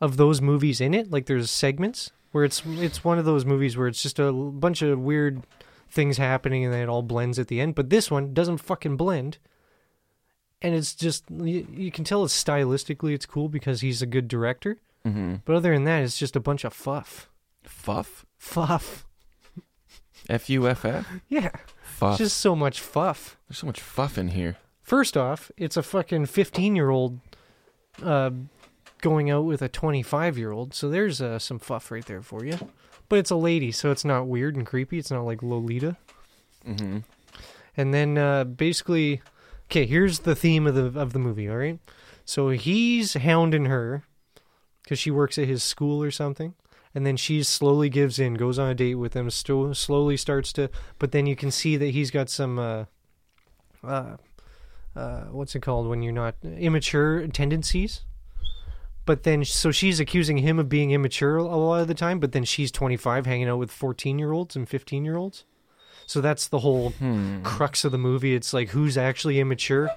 Speaker 1: of those movies in it. Like there's segments where it's it's one of those movies where it's just a l- bunch of weird things happening and then it all blends at the end. But this one doesn't fucking blend. And it's just you, you can tell it's stylistically it's cool because he's a good director.
Speaker 5: Mm-hmm.
Speaker 1: But other than that, it's just a bunch of fuff,
Speaker 5: Fuff.
Speaker 1: fuff.
Speaker 5: F U F F.
Speaker 1: Yeah,
Speaker 5: Fuff.
Speaker 1: it's just so much fuff.
Speaker 5: There's so much fuff in here.
Speaker 1: First off, it's a fucking 15 year old uh, going out with a 25 year old. So there's uh, some fluff right there for you. But it's a lady, so it's not weird and creepy. It's not like Lolita.
Speaker 5: Mm-hmm.
Speaker 1: And then uh, basically, okay, here's the theme of the of the movie. All right, so he's hounding her because she works at his school or something, and then she slowly gives in, goes on a date with him, sto- slowly starts to. But then you can see that he's got some. Uh, uh, uh, what's it called when you're not immature tendencies? But then, so she's accusing him of being immature a lot of the time. But then she's 25, hanging out with 14 year olds and 15 year olds. So that's the whole crux of the movie. It's like who's actually immature.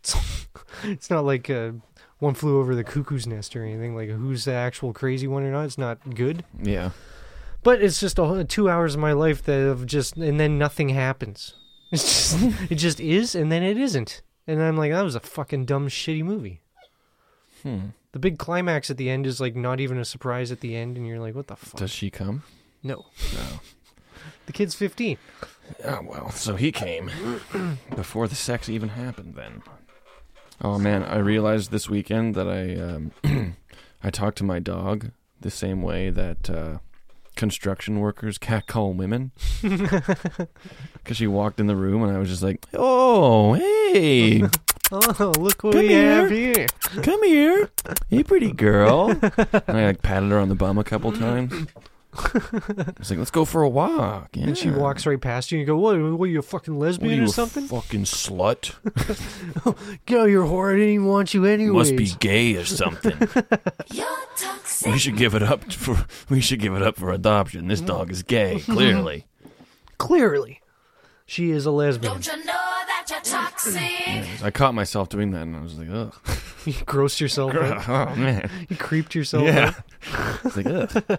Speaker 1: It's, it's not like uh, one flew over the cuckoo's nest or anything. Like who's the actual crazy one or not. It's not good.
Speaker 5: Yeah.
Speaker 1: But it's just a, whole- two hours of my life that have just and then nothing happens. It's just it just is and then it isn't. And I'm like that was a fucking dumb shitty movie.
Speaker 5: Hmm.
Speaker 1: The big climax at the end is like not even a surprise at the end, and you're like, what the fuck?
Speaker 5: Does she come?
Speaker 1: no. The kid's 15.
Speaker 5: Oh well. So he came before the sex even happened. Then. Oh man, I realized this weekend that I um, I talked to my dog the same way that uh, construction workers catcall women. Because she walked in the room and I was just like, "Oh, hey,
Speaker 1: Oh, look what
Speaker 5: Come
Speaker 1: we
Speaker 5: here.
Speaker 1: have here.
Speaker 5: come here, hey, pretty girl." And I like patted her on the bum a couple times. I was like, "Let's go for a walk."
Speaker 1: And she
Speaker 5: yeah.
Speaker 1: walks right past you and you go, What, what are you, a fucking
Speaker 5: What
Speaker 1: lesbian
Speaker 5: are you
Speaker 1: or
Speaker 5: a
Speaker 1: something?
Speaker 5: fucking slut?
Speaker 1: Get out of your whore. I didn't even want you anyways.
Speaker 5: Must be gay or something. we should give it up for we should give it up for adoption. This dog is gay, clearly.
Speaker 1: Clearly, she is a lesbian.
Speaker 8: you know that you're toxic?
Speaker 5: I caught myself doing that, and I was like, ugh,
Speaker 1: You grossed yourself out.
Speaker 5: oh man,
Speaker 1: You creeped yourself
Speaker 5: yeah.
Speaker 1: out.
Speaker 5: It's like, ugh,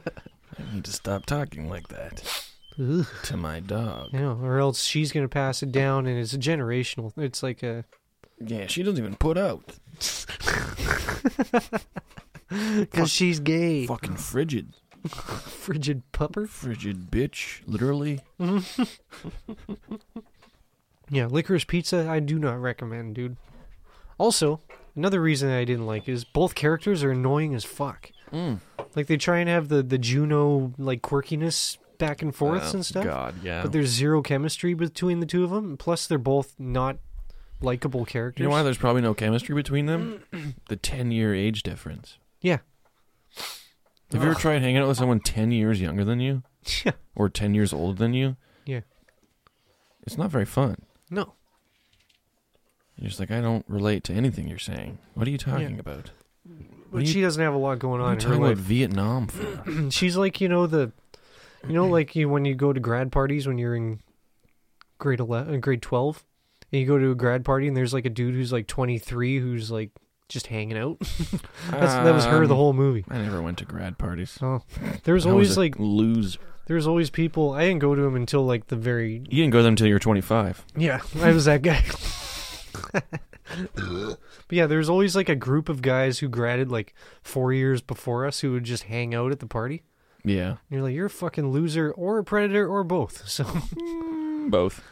Speaker 5: I need to stop talking like that
Speaker 1: Ugh.
Speaker 5: to my dog.
Speaker 1: You know, or else she's going to pass it down and it's a generational. It's like a.
Speaker 5: Yeah, she doesn't even put out.
Speaker 1: Because she's gay.
Speaker 5: Fucking frigid,
Speaker 1: Frigid pupper.
Speaker 5: frigid bitch, literally.
Speaker 1: Yeah, licorice pizza, I do not recommend, dude. Also, another reason I didn't like is both characters are annoying as fuck.
Speaker 5: Mm.
Speaker 1: Like, they try and have the, the Juno, like, quirkiness back and forths and stuff.
Speaker 5: Oh, God, yeah.
Speaker 1: But there's zero chemistry between the two of them. Plus, they're both not likable characters.
Speaker 5: you know why there's probably no chemistry between them? the ten year age difference.
Speaker 1: Yeah.
Speaker 5: Have you ever tried hanging out with someone 10 years younger than you
Speaker 1: Yeah.
Speaker 5: or 10 years older than you?
Speaker 1: Yeah.
Speaker 5: It's not very fun.
Speaker 1: No.
Speaker 5: You're just like, I don't relate to anything you're saying. What are you talking about?
Speaker 1: But
Speaker 5: you-
Speaker 1: she doesn't have a lot going
Speaker 5: What are
Speaker 1: on
Speaker 5: you
Speaker 1: in her
Speaker 5: talking about
Speaker 1: life.
Speaker 5: Vietnam for?
Speaker 1: And she's like, you know, the, you know, like you when you go to grad parties when you're in grade eleven, uh, grade twelve, and you go to a grad party and there's like a dude who's like 23 who's like just hanging out. That's, that was her the
Speaker 5: Um,
Speaker 1: whole movie.
Speaker 5: I never went to grad parties.
Speaker 1: Oh, there was
Speaker 5: I was
Speaker 1: always
Speaker 5: a
Speaker 1: like
Speaker 5: loser.
Speaker 1: there was always people. I didn't go to him until like the very
Speaker 5: You didn't go to them until you were 25.
Speaker 1: Yeah, I was that guy. but yeah, there was always like a group of guys who graduated like four years before us who would just hang out at the party.
Speaker 5: Yeah,
Speaker 1: And you're like, you're a fucking loser or a predator or both. So
Speaker 5: both.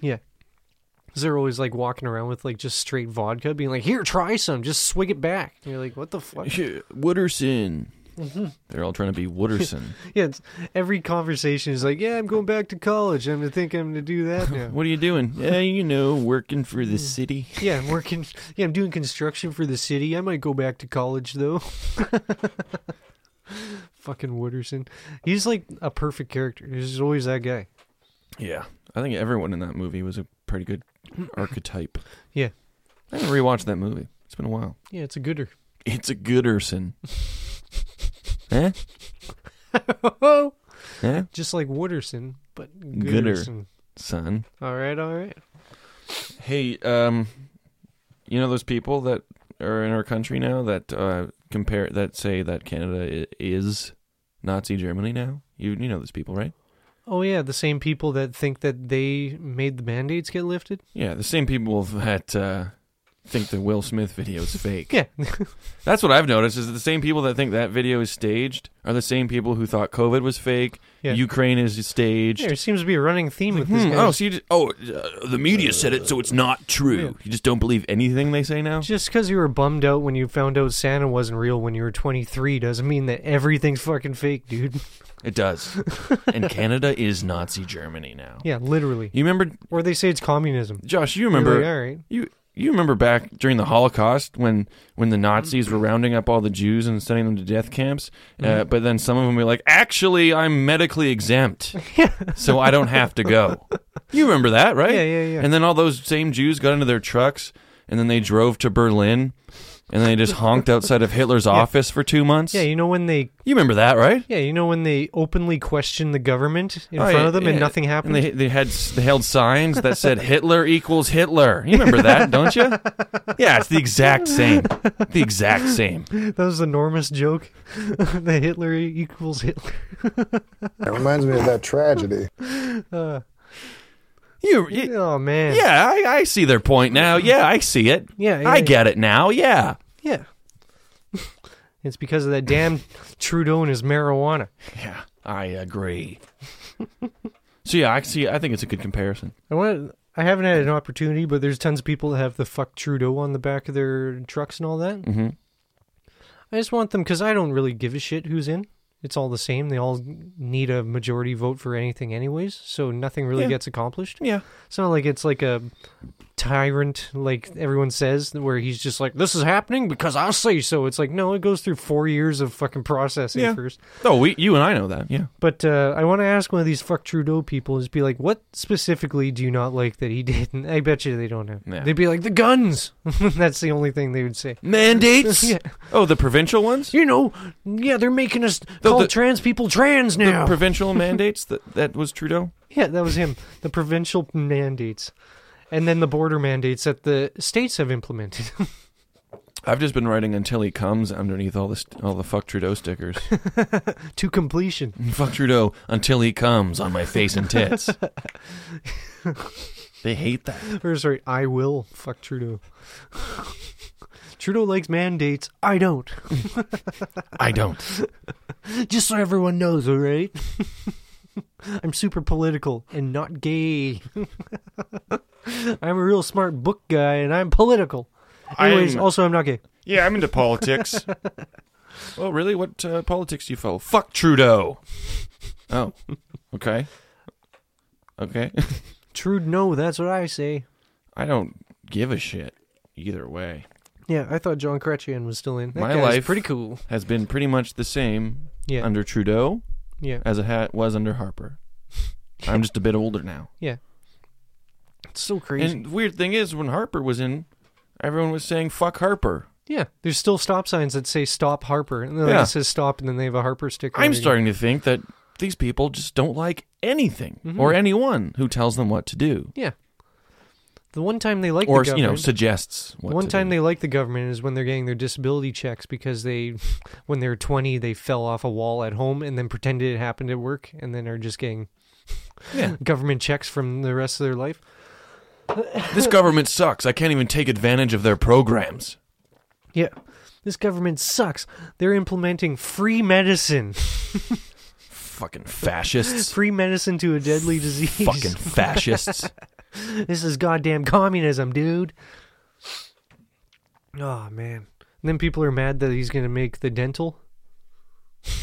Speaker 1: yeah. 'Cause They're always like walking around with like just straight vodka, being like, "Here, try some. Just swig it back." And you're like, "What the fuck?"
Speaker 5: Wooderson.
Speaker 1: Mm-hmm.
Speaker 5: They're all trying to be Wooderson.
Speaker 1: Yeah, it's, every conversation is like, "Yeah, I'm going back to college. I'm gonna think I'm gonna do that now."
Speaker 5: what are you doing? Yeah, you know, working for
Speaker 1: Mm.
Speaker 5: the city.
Speaker 1: yeah, I'm working. Yeah, I'm doing construction for the city. I might go back to college though. Fucking Wooderson. He's like a perfect character. He's always that guy.
Speaker 5: Yeah, I think everyone in that movie was a pretty good archetype.
Speaker 1: Yeah.
Speaker 5: I haven't rewatched that movie. It's been a while.
Speaker 1: Yeah, it's a gooder.
Speaker 5: It's a Gooderson. huh?
Speaker 1: Oh,
Speaker 5: Huh?
Speaker 1: just like Wooderson, but
Speaker 5: Gooder.
Speaker 1: gooderson.
Speaker 5: Son.
Speaker 1: All right, all right.
Speaker 5: Hey, um, you know those people that are in our country now that uh, compare that say that Canada i- is Nazi Germany now. You you know those people, right?
Speaker 1: Oh yeah, the same people that think that they made the band-aids get lifted.
Speaker 5: Yeah, the same people that uh, think the Will Smith video is fake.
Speaker 1: Yeah,
Speaker 5: That's what I've noticed is that the same people that think that video is staged are the same people who thought COVID was fake.
Speaker 1: Yeah.
Speaker 5: Ukraine is staged.
Speaker 1: there seems to be a running theme with this
Speaker 5: Hmm,
Speaker 1: guy.
Speaker 5: oh, so you just, oh, uh, the media said it, so it's not true. You just don't believe anything they say now.
Speaker 1: Just because you were bummed out when you found out Santa wasn't real when you were 23 doesn't mean that everything's fucking fake, dude.
Speaker 5: It does. and Canada is Nazi Germany now.
Speaker 1: Yeah, literally.
Speaker 5: You remember,
Speaker 1: Or they say it's communism.
Speaker 5: Josh? You remember?
Speaker 1: like, all right.
Speaker 5: You you remember back during the Holocaust when when the Nazis were rounding up all the Jews and sending them to death camps? Uh,
Speaker 1: Mm-hmm.
Speaker 5: but then some of them were like, "Actually, I'm medically exempt, so I don't have to go." You remember that, right?
Speaker 1: Yeah, yeah, yeah.
Speaker 5: And then all those same Jews got into their trucks and then they drove to Berlin. And they just honked outside of Hitler's office for two months.
Speaker 1: Yeah, you know when they
Speaker 5: You remember that, right?
Speaker 1: yeah, you know when they openly questioned the government in
Speaker 5: Oh,
Speaker 1: front
Speaker 5: yeah,
Speaker 1: of them and
Speaker 5: yeah.
Speaker 1: nothing happened.
Speaker 5: And they, they had they held signs that said Hitler equals Hitler. You remember that, don't you? Yeah, it's the exact same. The exact same.
Speaker 1: that was the enormous joke. the Hitler equals Hitler.
Speaker 9: It reminds me of that tragedy.
Speaker 5: You, you
Speaker 1: Oh man.
Speaker 5: yeah, I, I see their point now. Yeah, I see it.
Speaker 1: Yeah, yeah,
Speaker 5: I get it now. Yeah.
Speaker 1: Yeah. it's because of that damn Trudeau and his marijuana.
Speaker 5: Yeah, I agree. so yeah, I see. I think it's a good comparison.
Speaker 1: I want I haven't had an opportunity, but there's tons of people that have the fuck Trudeau on the back of their trucks and all that. Mm-hmm. I just want them because I don't really give a shit who's in. It's all the same. They all need a majority vote for anything, anyways. So nothing really
Speaker 5: Yeah.
Speaker 1: gets accomplished.
Speaker 5: Yeah.
Speaker 1: It's not like it's like a tyrant, like everyone says, where he's just like, "This is happening because I say so." It's like, no, it goes through four years of fucking processing
Speaker 5: Yeah.
Speaker 1: first.
Speaker 5: Oh, we, you and I know that. Yeah.
Speaker 1: But uh, I want to ask one of these fuck Trudeau people is be like, what specifically do you not like that he did? And I bet you they don't have.
Speaker 5: Yeah.
Speaker 1: They'd be like the guns. That's the only thing they would say.
Speaker 5: Mandates.
Speaker 1: Yeah.
Speaker 5: Oh, the provincial ones.
Speaker 1: You know, yeah, they're making us
Speaker 5: The-
Speaker 1: call
Speaker 5: the-
Speaker 1: trans people trans now.
Speaker 5: Provincial mandates. That that was Trudeau.
Speaker 1: yeah, that was him. The provincial mandates, and then the border mandates that the states have implemented.
Speaker 5: I've just been writing until he comes underneath all the st- all the fuck Trudeau stickers.
Speaker 1: to completion.
Speaker 5: fuck Trudeau until he comes on my face and tits. they hate that.
Speaker 1: Or sorry, I will fuck Trudeau. Trudeau likes mandates. I don't.
Speaker 5: I don't.
Speaker 1: Just so everyone knows, all right? I'm super political and not gay. I'm a real smart book guy and I'm political. Anyways,
Speaker 5: I'm-
Speaker 1: also I'm not gay.
Speaker 5: Yeah, I'm into politics. oh, really? What uh, politics do you follow? Fuck Trudeau. Oh, okay. Okay.
Speaker 1: Trude, no, that's what I say.
Speaker 5: I don't give a shit either way.
Speaker 1: Yeah, I thought John Kretchian was still in. That
Speaker 5: My
Speaker 1: guy's
Speaker 5: life-
Speaker 1: pretty cool.
Speaker 5: has been pretty much the same
Speaker 1: Yeah.
Speaker 5: under Trudeau
Speaker 1: Yeah,
Speaker 5: as it ha- was under Harper. I'm just a bit older now.
Speaker 1: yeah. It's so crazy.
Speaker 5: And the weird thing is, when Harper was in, everyone was saying "fuck Harper."
Speaker 1: yeah, there's still stop signs that say "Stop Harper," and then
Speaker 5: Yeah.
Speaker 1: it says "Stop," and then they have a Harper sticker.
Speaker 5: I'm
Speaker 1: on it.
Speaker 5: starting to think that these people just don't like anything
Speaker 1: Mm-hmm.
Speaker 5: or anyone who tells them what to do
Speaker 1: Yeah. The one time they like
Speaker 5: or
Speaker 1: the
Speaker 5: you know
Speaker 1: government-
Speaker 5: suggests what
Speaker 1: One
Speaker 5: to
Speaker 1: time
Speaker 5: do.
Speaker 1: they like the government is when they're getting their disability checks because they, when they were 20, they fell off a wall at home and then pretended it happened at work and then are just getting
Speaker 5: Yeah.
Speaker 1: government checks from the rest of their life.
Speaker 5: this government sucks. I can't even take advantage of their programs.
Speaker 1: Yeah. This government sucks. They're implementing free medicine.
Speaker 5: Fucking fascists.
Speaker 1: Free medicine to a deadly disease.
Speaker 5: Fucking fascists.
Speaker 1: This is goddamn communism, dude. Oh, man. And then people are mad that he's going to make the dental.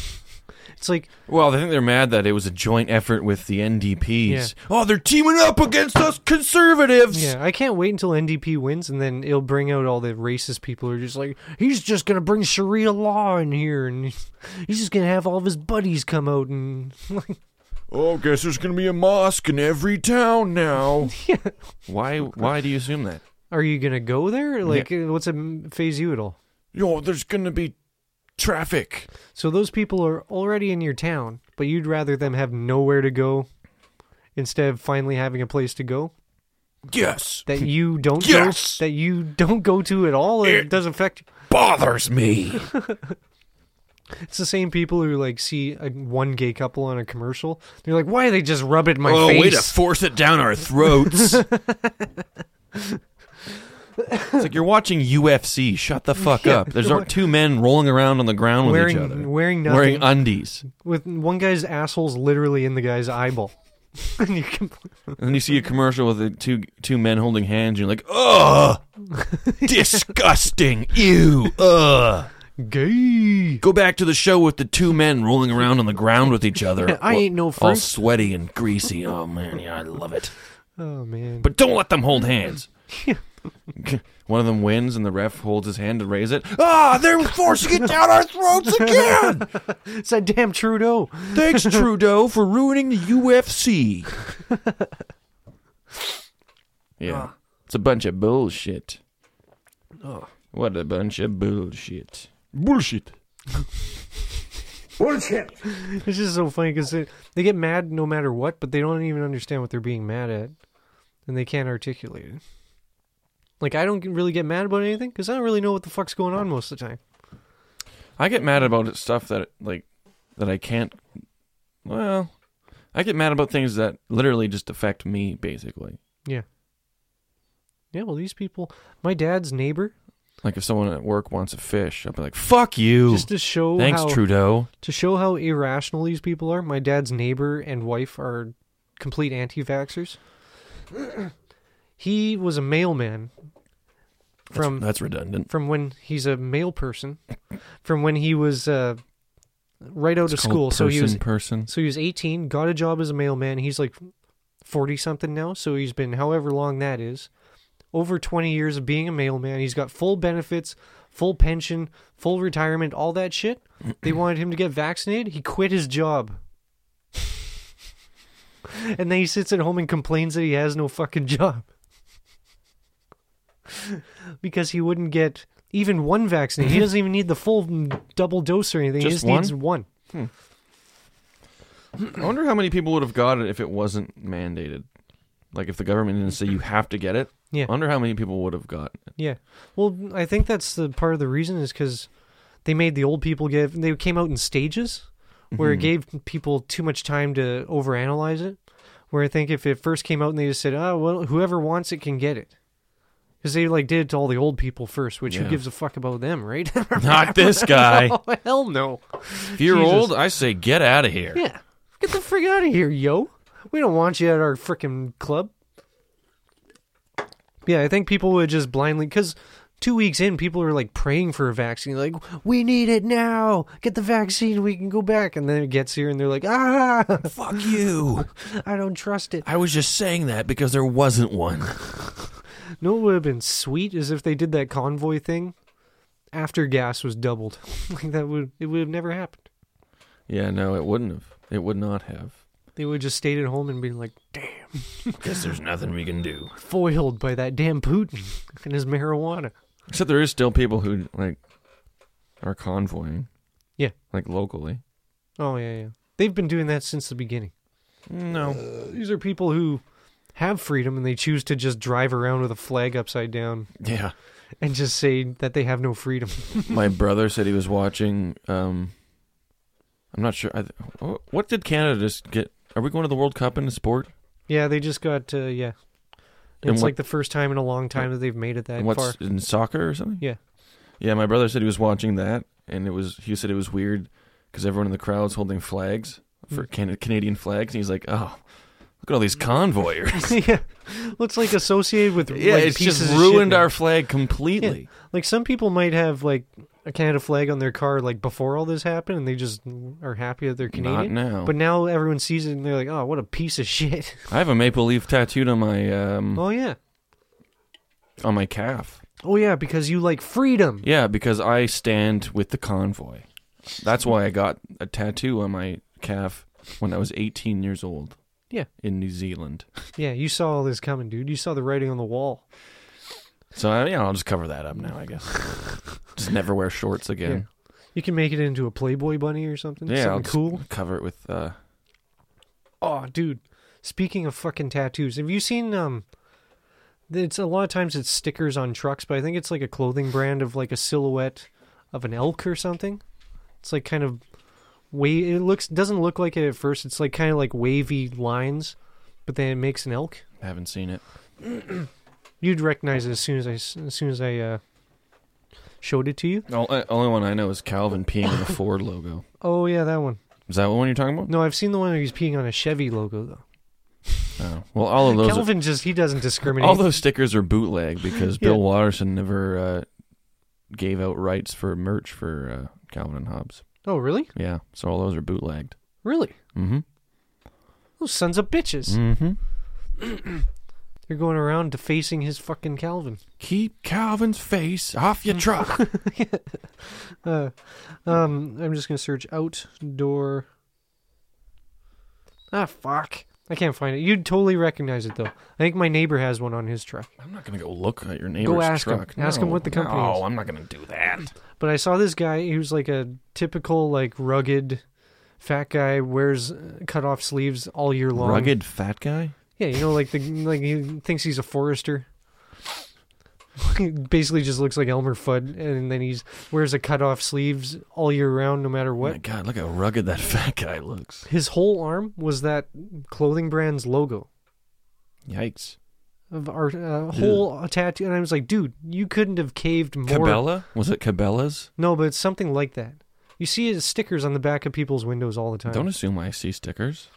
Speaker 1: It's like,
Speaker 5: Well, I think they're mad that it was a joint effort with the NDPs.
Speaker 1: Yeah.
Speaker 5: Oh, they're teaming up against us conservatives.
Speaker 1: Yeah, I can't wait until NDP wins, and then it'll bring out all the racist people who are just like, he's just gonna bring Sharia law in here, and he's just gonna have all of his buddies come out and like,
Speaker 5: Oh, guess there's gonna be a mosque in every town now. Why? Why do you assume that?
Speaker 1: are you gonna go there? Like, uh what's it phase you at all?
Speaker 5: Yo, there's gonna be traffic.
Speaker 1: So those people are already in your town, but you'd rather them have nowhere to go instead of finally having a place to go
Speaker 5: Yes,
Speaker 1: that you don't
Speaker 5: Yes!
Speaker 1: go, that you don't go to at all. and It doesn't affect. you.
Speaker 5: bothers me.
Speaker 1: It's the same people who like see a, one gay couple on a commercial. They're like, why are they just rubbing my
Speaker 5: oh,
Speaker 1: face?
Speaker 5: way to force it down our throats. it's like you're watching UFC. Shut the fuck up. There's aren't two men rolling around on the ground with each
Speaker 1: Wearing-
Speaker 5: other,
Speaker 1: wearing
Speaker 5: wearing
Speaker 1: nothing.
Speaker 5: undies.
Speaker 1: with one guy's asshole's literally in the guy's eyeball. and you can,
Speaker 5: And then you see a commercial with the two two men holding hands. And you're like, ugh, disgusting, ew, ugh.
Speaker 1: gay.
Speaker 5: Go back to the show with the two men rolling around on the ground with each other.
Speaker 1: I ain't no
Speaker 5: all
Speaker 1: freak.
Speaker 5: sweaty and greasy. Oh man, yeah, I love it.
Speaker 1: Oh man.
Speaker 5: But don't let them hold hands. One of them wins, and the ref holds his hand to raise it. Ah, they're forcing it down our throats again.
Speaker 1: it's that damn Trudeau.
Speaker 5: Thanks, Trudeau, for ruining the UFC.
Speaker 1: Ah.
Speaker 5: yeah. It's a bunch of bullshit. What a bunch of bullshit. Bullshit.
Speaker 4: Bullshit.
Speaker 1: It's just so funny because they, they get mad no matter what, but they don't even understand what they're being mad at, and they can't articulate it. Like I don't really get mad about anything because I don't really know what the fuck's going on most of the time.
Speaker 5: I get mad about stuff that like that I can't well, I get mad about things that literally just affect me basically.
Speaker 1: Yeah. Yeah. Well, these people. My dad's neighbor
Speaker 5: Like if someone at work wants a fish, I'll be like, "Fuck you."
Speaker 1: just to show
Speaker 5: Thanks,
Speaker 1: how,
Speaker 5: Trudeau.
Speaker 1: to show how irrational these people are, my dad's neighbor and wife are complete anti vaxxers. he was a mailman from
Speaker 5: That's redundant.
Speaker 1: from when he's a mail person, from when he was uh, right out of
Speaker 5: It's
Speaker 1: school.
Speaker 5: called
Speaker 1: So he was
Speaker 5: person, person.
Speaker 1: so he was eighteen, got a job as a mailman. He's like forty something now, so he's been however long that is, over twenty years of being a mailman. He's got full benefits, full pension, full retirement, all that shit. they wanted him to get vaccinated. He quit his job. And then he sits at home and complains that he has no fucking job. because he wouldn't get even one vaccine. He doesn't even need the full double dose or anything. he
Speaker 5: Just
Speaker 1: just needs one.
Speaker 5: I wonder how many people would have got it if it wasn't mandated. Like if the government didn't say you have to get it.
Speaker 1: Yeah.
Speaker 5: I wonder how many people would have gotten it.
Speaker 1: Yeah. Well, I think that's the part of the reason is because they made the old people give. They came out in stages, where it gave people too much time to overanalyze it. Where I think if it first came out and they just said, "Oh, well, whoever wants it can get it," because they like did it to all the old people first, which
Speaker 5: Yeah.
Speaker 1: who gives a fuck about them, right?
Speaker 5: Not this guy.
Speaker 1: oh hell no!
Speaker 5: If you're
Speaker 1: Jesus.
Speaker 5: old, I say get out of here.
Speaker 1: Yeah, get the freak out of here, yo! We don't want you at our freaking club. Yeah, I think people would just blindly because two weeks in, people are like praying for a vaccine, like we need it now. Get the vaccine, we can go back. And then it gets here, and they're like, ah,
Speaker 5: Fuck you.
Speaker 1: I don't trust it.
Speaker 5: I was just saying that because there wasn't one.
Speaker 1: know what would have been sweet is if they did that convoy thing after gas was doubled. like that would it would have never happened.
Speaker 5: Yeah, no, it wouldn't have. It would not have.
Speaker 1: They would have just stayed at home and been like, damn,
Speaker 5: Guess there's nothing we can do.
Speaker 1: foiled by that damn Putin and his marijuana.
Speaker 5: Except there is still people who like are convoying.
Speaker 1: Yeah.
Speaker 5: Like locally.
Speaker 1: Oh yeah, yeah. They've been doing that since the beginning.
Speaker 5: No.
Speaker 1: These are people who have freedom and they choose to just drive around with a flag upside down
Speaker 5: Yeah.
Speaker 1: and just say that they have no freedom.
Speaker 5: My brother said he was watching. Um, I'm not sure. I, th- what did Canada just get? Are we going to the World Cup in sport?
Speaker 1: yeah, they just got uh, yeah.
Speaker 5: And
Speaker 1: it's
Speaker 5: what-
Speaker 1: like the first time in a long time that they've made it that
Speaker 5: And
Speaker 1: far.
Speaker 5: what's in soccer or something?
Speaker 1: Yeah.
Speaker 5: Yeah, my brother said he was watching that, and it was. He said it was weird because everyone in the crowd's holding flags for
Speaker 1: Mm.
Speaker 5: Can- Canadian flags, and he's like, "Oh, look at all these convoyers."
Speaker 1: yeah, looks like associated with
Speaker 5: yeah,
Speaker 1: like,
Speaker 5: it's
Speaker 1: pieces of
Speaker 5: just
Speaker 1: shit
Speaker 5: ruined
Speaker 1: now.
Speaker 5: our flag completely.
Speaker 1: Like some people might have like a Canada flag on their car like before all this happened, and they just are happy that they're Canadian.
Speaker 5: now.
Speaker 1: But now everyone sees it and they're like, "Oh, what a piece of shit!"
Speaker 5: I have a maple leaf tattooed on my um
Speaker 1: oh yeah,
Speaker 5: on my calf.
Speaker 1: oh yeah, because you like freedom.
Speaker 5: Yeah, because I stand with the convoy. That's why I got a tattoo on my calf when I was 18 years old
Speaker 1: Yeah,
Speaker 5: in New Zealand.
Speaker 1: yeah. You saw all this coming, dude. You saw the writing on the wall.
Speaker 5: So I, yeah, I'll just cover that up now, I guess. just never wear shorts again.
Speaker 1: You can make it into a Playboy bunny or something.
Speaker 5: Yeah, I'll
Speaker 1: something
Speaker 5: just
Speaker 1: cool.
Speaker 5: cover it with. Uh,
Speaker 1: Oh, dude. Speaking of fucking tattoos, have you seen um? It's a lot of times it's stickers on trucks, but I think it's like a clothing brand of like a silhouette of an elk or something. It's like kind of way. It looks doesn't look like it at first. It's like kind of like wavy lines, but then it makes an elk.
Speaker 5: I haven't seen it.
Speaker 1: You'd recognize it as soon as I s- as soon as I uh, showed it to you.
Speaker 5: The only- uh, only one I know is Calvin peeing on the Ford logo.
Speaker 1: Oh yeah, that one.
Speaker 5: Is that the one you're talking about?
Speaker 1: No, I've seen the one where he's peeing on a Chevy logo though.
Speaker 5: No. Well, all of those. are-
Speaker 1: Calvin just he doesn't discriminate.
Speaker 5: All those stickers are bootleg because
Speaker 1: Yeah.
Speaker 5: Bill Watterson never uh, gave out rights for merch for uh, Calvin and Hobbes.
Speaker 1: oh really?
Speaker 5: Yeah, so all those are bootlegged.
Speaker 1: Really?
Speaker 5: Mhm.
Speaker 1: Those sons of bitches.
Speaker 5: Mm-hmm.
Speaker 1: They're going around defacing his fucking Calvin.
Speaker 5: Keep Calvin's face off your truck.
Speaker 1: Um, I'm just gonna search outdoor. Ah, fuck! I can't find it. You'd totally recognize it though. I think my neighbor has one on his truck.
Speaker 5: I'm not gonna go look at your neighbor's
Speaker 1: ask him.
Speaker 5: truck.
Speaker 1: Ask him what the company
Speaker 5: No,
Speaker 1: is.
Speaker 5: I'm not gonna do that.
Speaker 1: But I saw this guy. He was like a typical like rugged, fat guy. Wears uh, cut off sleeves all year long.
Speaker 5: Rugged fat guy.
Speaker 1: Yeah, you know, like the like he thinks he's a forester. He basically just looks like Elmer Fudd, and then he's wears a cut off sleeves all year round, no matter
Speaker 5: Oh
Speaker 1: what.
Speaker 5: my God, look how rugged that fat guy looks.
Speaker 1: His whole arm was that clothing brand's logo
Speaker 5: Yikes.
Speaker 1: of our uh, whole tattoo, and I was like, dude, you couldn't have caved more.
Speaker 5: Cabela? Was it Cabela's?
Speaker 1: No, but it's something like that. You see his stickers on the back of people's windows all the time.
Speaker 5: Don't assume I see stickers.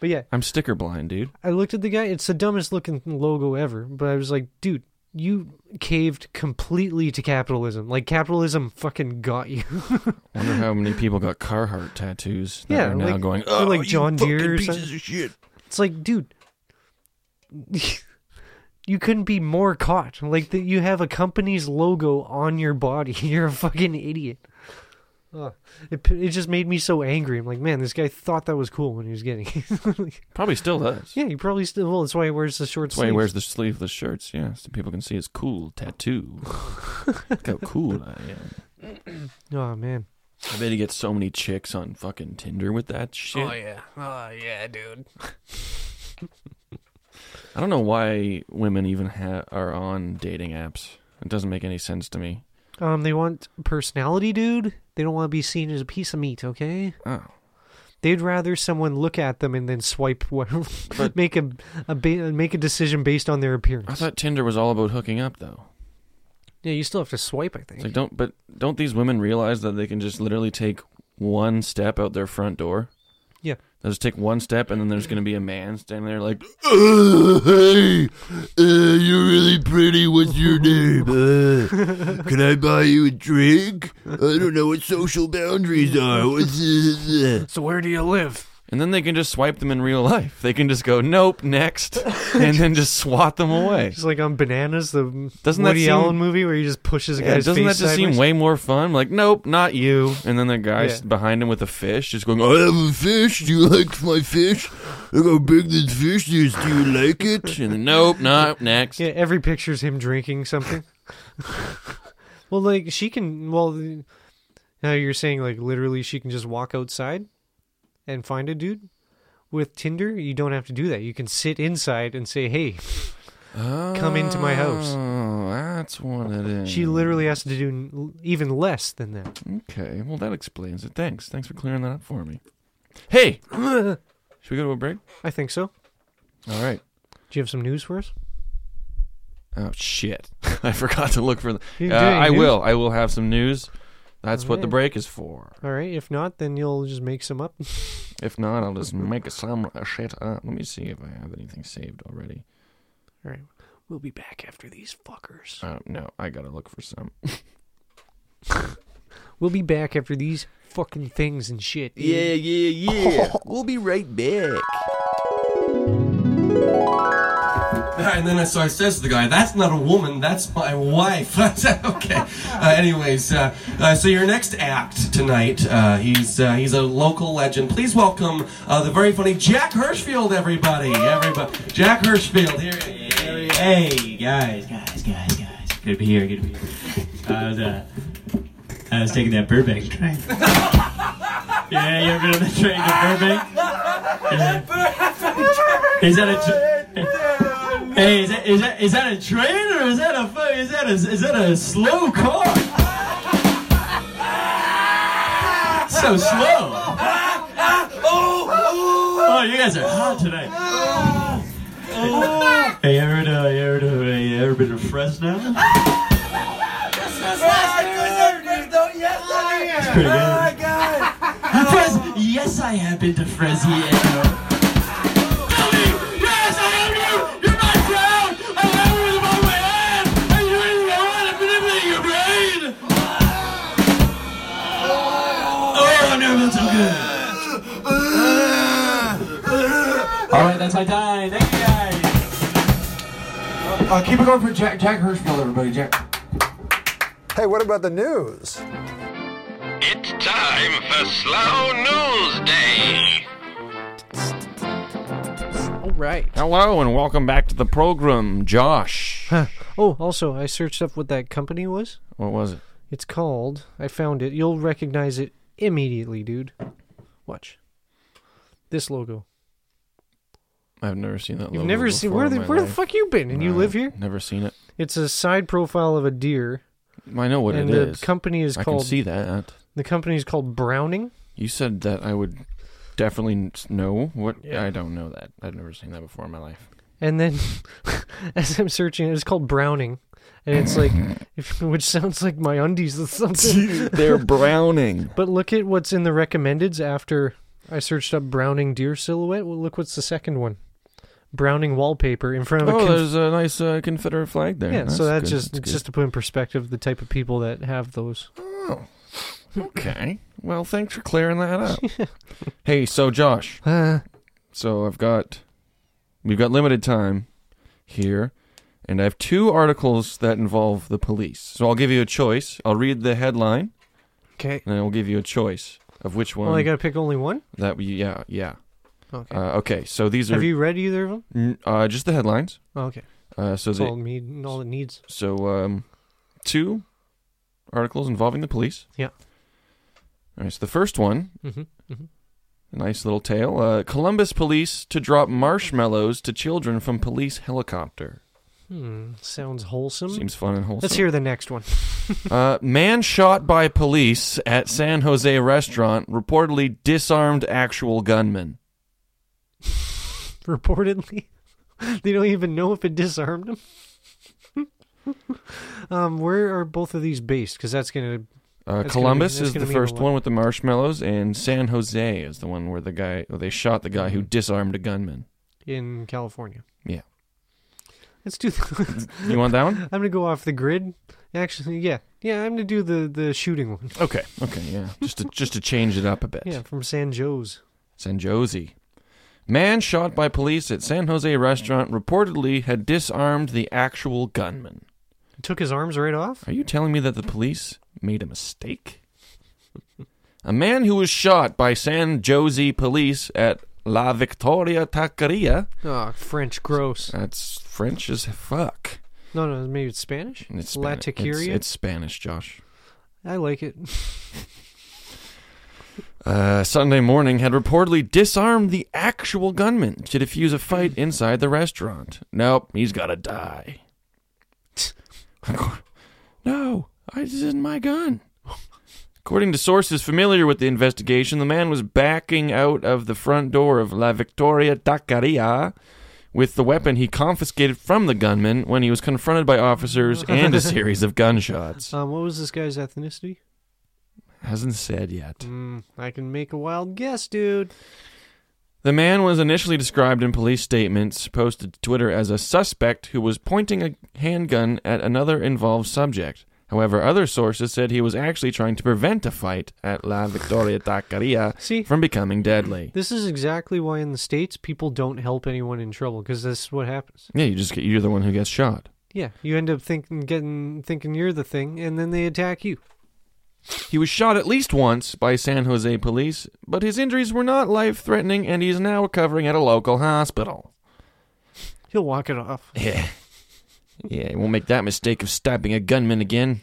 Speaker 1: But yeah,
Speaker 5: I'm sticker blind, dude.
Speaker 1: I looked at the guy. It's the dumbest looking logo ever. But I was like, dude, you caved completely to capitalism. Like capitalism fucking got you.
Speaker 5: Wonder how many people got Carhartt tattoos that
Speaker 1: Yeah,
Speaker 5: are now
Speaker 1: like-
Speaker 5: going.
Speaker 1: or
Speaker 5: Oh,
Speaker 1: like
Speaker 5: you
Speaker 1: John
Speaker 5: fucking
Speaker 1: Deere or
Speaker 5: pieces
Speaker 1: something."
Speaker 5: of shit.
Speaker 1: It's like, dude, you couldn't be more caught. Like that, you have a company's logo on your body. You're a fucking idiot. Ugh. It p- it just made me so angry. I'm like, man, this guy thought that was cool when he was getting. it. Like,
Speaker 5: Probably still does.
Speaker 1: yeah, he probably still. Well, that's why he wears the short.
Speaker 5: That's why he
Speaker 1: sleeves.
Speaker 5: wears the sleeveless shirts, yeah, so people can see his cool tattoo. Look how cool I am.
Speaker 1: Oh man.
Speaker 5: I bet he gets so many chicks on fucking Tinder with that shit.
Speaker 1: yeah. Oh yeah, dude.
Speaker 5: I don't know why women even ha- are on dating apps. It doesn't make any sense to me.
Speaker 1: Um, they want personality, dude. They don't want to be seen as a piece of meat. Okay.
Speaker 5: Oh.
Speaker 1: They'd rather someone look at them and then swipe, what, make a, a ba- make a decision based on their appearance.
Speaker 5: I thought Tinder was all about hooking up though.
Speaker 1: yeah, you still have to swipe. I think.
Speaker 5: It's like don't but don't these women realize that they can just literally take one step out their front door?
Speaker 1: yeah,
Speaker 5: They'll just take one step, and then there's going to be a man standing there like, oh, "Hey, uh, you're really pretty. What's your name? Uh, can I buy you a drink? I don't know what social boundaries are. What's this?"
Speaker 1: So where do you live?
Speaker 5: and then they can just swipe them in real life. They can just go, nope, next, and then just swat them away.
Speaker 1: Just like on Bananas, the
Speaker 5: Doesn't that
Speaker 1: Woody
Speaker 5: seem-
Speaker 1: Allen movie where he just pushes a
Speaker 5: Yeah,
Speaker 1: guy's
Speaker 5: doesn't that
Speaker 1: face
Speaker 5: just seem
Speaker 1: sideways?
Speaker 5: way more fun? Like, nope, not you. And then the guy
Speaker 1: Yeah.
Speaker 5: s behind him with a fish just going, I have a fish. Do you like my fish? Look how big this fish is. Do you like it? And then, nope, not next.
Speaker 1: Yeah, every picture's him drinking something. well, like she can. Well, the- now you're saying like literally she can just walk outside and find a dude. With Tinder, you don't have to do that. You can sit inside and say, "Hey," Come into my house.
Speaker 5: Oh, that's what it is.
Speaker 1: she literally has to do n- even less than that.
Speaker 5: Okay, well, that explains it. Thanks. Thanks for clearing that up for me. Hey, should we go to a break?
Speaker 1: I think so.
Speaker 5: All right.
Speaker 1: Do you have some news for us?
Speaker 5: Oh shit! I forgot to look for. The,
Speaker 1: You
Speaker 5: uh,
Speaker 1: do any
Speaker 5: I
Speaker 1: news?
Speaker 5: will. I will have some news. That's what the
Speaker 1: Alright.
Speaker 5: break is for.
Speaker 1: All right. If not, then you'll just make some up.
Speaker 5: If not, I'll just make some uh, shit up. Let me see if I have anything saved already.
Speaker 1: All right. We'll be back after these fuckers.
Speaker 5: Uh, no, I gotta look for some.
Speaker 1: We'll be back after these fucking things and shit. dude.
Speaker 5: yeah, yeah. we'll be right back.
Speaker 10: And then I- so I says to the guy, "That's not a woman. That's my wife." I said, okay. Uh, anyways, uh, uh, so your next act tonight, uh, he's uh, he's a local legend. Please welcome uh, the very funny Jack Hirschfield, everybody. Everybody, Jack Hirschfield here. here he is.
Speaker 11: Hey guys, guys, guys, guys. Good to be here. Good to be here. I was uh, I was taking that Burbank train. yeah, you ever been on the train to Burbank? Is that a? Tra- hey, is that, is that is that a train or is that a fu- is that a is that a slow car? so slow. Oh, you guys are hot tonight. Hey, you ever, uh, you ever, uh, you ever been to Fresno? It's pretty good. Fres- yes, I have been to Fresno.
Speaker 7: Yes, I am you! You're my crown! I love you with all my heart! And you really know what? I'm manipulating your brain!
Speaker 11: Oh, I've never been so good. All right, that's my time. Thank you guys.
Speaker 10: Uh, keep it going for Jack Jack Hirschfield, everybody. Jack.
Speaker 9: Hey, what about the news?
Speaker 6: It's time for Slow News Day.
Speaker 1: All right.
Speaker 5: Hello and welcome back to the program, Josh.
Speaker 1: Oh, also, I searched up what that company was.
Speaker 5: what was it?
Speaker 1: It's called. I found it. You'll recognize it immediately, dude. Watch. This logo.
Speaker 5: I've never seen that.
Speaker 1: You've
Speaker 5: logo
Speaker 1: never seen
Speaker 5: before
Speaker 1: where
Speaker 5: in
Speaker 1: the
Speaker 5: my
Speaker 1: where the
Speaker 5: life.
Speaker 1: fuck you been? And you
Speaker 5: No,
Speaker 1: live here?
Speaker 5: Never seen it.
Speaker 1: It's a side profile of a deer,
Speaker 5: I know what
Speaker 1: and
Speaker 5: it
Speaker 1: the
Speaker 5: is.
Speaker 1: company is
Speaker 5: I
Speaker 1: called
Speaker 5: can see that.
Speaker 1: the company is called Browning.
Speaker 5: You said that I would definitely n- know what. I don't know that. I've never seen that before in my life.
Speaker 1: And then, as I'm searching, it's called Browning, and it's like, if, which sounds like my undies or something.
Speaker 5: They're browning.
Speaker 1: But look at what's in the recommendeds after I searched up Browning deer silhouette. Well, look what's the second one. Browning wallpaper in front of
Speaker 5: Oh,
Speaker 1: a conf-
Speaker 5: there's a nice uh, Confederate flag there.
Speaker 1: yeah. so that's
Speaker 5: good,
Speaker 1: just
Speaker 5: that's
Speaker 1: it's
Speaker 5: good.
Speaker 1: just to put in perspective the type of people that have those.
Speaker 5: oh, okay. Well, thanks for clearing that up. hey, so Josh,
Speaker 1: Uh,
Speaker 5: so I've got we've got limited time here, and I have two articles that involve the police. So I'll give you a choice. I'll read the headline,
Speaker 1: okay.
Speaker 5: and I'll give you a choice of which one
Speaker 1: Well, I gotta pick only one.
Speaker 5: that we. Yeah, yeah.
Speaker 1: Okay.
Speaker 5: Uh, okay, so these are
Speaker 1: have you read either of them?
Speaker 5: n- uh, just the headlines.
Speaker 1: Okay.
Speaker 5: Uh, so
Speaker 1: That's
Speaker 5: the,
Speaker 1: all, me, all it needs.
Speaker 5: so um, two articles involving the police.
Speaker 1: Yeah.
Speaker 5: All right. So the first one,
Speaker 1: hmm mm-hmm.
Speaker 5: a nice little tale. Uh, Columbus police to drop marshmallows to children from police helicopter.
Speaker 1: Hmm. Sounds wholesome.
Speaker 5: Seems fun and wholesome.
Speaker 1: Let's hear the next one.
Speaker 5: Uh, man shot by police at San Jose restaurant reportedly disarmed actual gunman.
Speaker 1: reportedly. they don't even know if it disarmed him. um, where are both of these based? Because that's gonna.
Speaker 5: Uh,
Speaker 1: That's gonna be-
Speaker 5: Columbus
Speaker 1: that's
Speaker 5: is
Speaker 1: gonna
Speaker 5: the
Speaker 1: be the
Speaker 5: first
Speaker 1: one.
Speaker 5: one with the marshmallows, and San Jose is the one where the guy where they shot the guy who disarmed a gunman.
Speaker 1: in California.
Speaker 5: Yeah.
Speaker 1: Let's do. The,
Speaker 5: You want that one?
Speaker 1: I'm gonna go off the grid. Actually, yeah, yeah. I'm gonna do the the shooting one.
Speaker 5: Okay. Okay. Yeah. Just to just to change it up a bit.
Speaker 1: Yeah, from San Joe's.
Speaker 5: San Jose. Man shot by police at San Jose restaurant reportedly had disarmed the actual gunman.
Speaker 1: Took his arms right off?
Speaker 5: Are you telling me that the police made a mistake? a man who was shot by San Jose police at La Victoria Taqueria.
Speaker 1: Oh, French, gross.
Speaker 5: That's French as fuck.
Speaker 1: No, no, maybe it's Spanish?
Speaker 5: And It's
Speaker 1: La
Speaker 5: Spanish. It's,
Speaker 1: Taqueria?
Speaker 5: it's Spanish, Josh.
Speaker 1: I like it.
Speaker 5: Uh, Sunday morning had reportedly disarmed the actual gunman to defuse a fight inside the restaurant. Nope, he's gotta die. no, I, this isn't my gun. According to sources familiar with the investigation, the man was backing out of the front door of La Victoria Taqueria with the weapon he confiscated from the gunman when he was confronted by officers and a series of gunshots.
Speaker 1: Um, what was this guy's ethnicity?
Speaker 5: Hasn't said yet.
Speaker 1: Mm, I can make a wild guess, dude.
Speaker 5: The man was initially described in police statements posted to Twitter as a suspect who was pointing a handgun at another involved subject. However, other sources said he was actually trying to prevent a fight at La Victoria Taqueria from becoming deadly.
Speaker 1: This is exactly why in the States people don't help anyone in trouble because that's what happens.
Speaker 5: Yeah, you just get, you're the one who gets shot.
Speaker 1: Yeah, you end up thinking, getting, thinking you're the thing, and then they attack you.
Speaker 5: He was shot at least once by San Jose police, but his injuries were not life-threatening and he is now recovering at a local hospital.
Speaker 1: He'll walk it off.
Speaker 5: Yeah. Yeah, he won't make that mistake of stabbing a gunman again.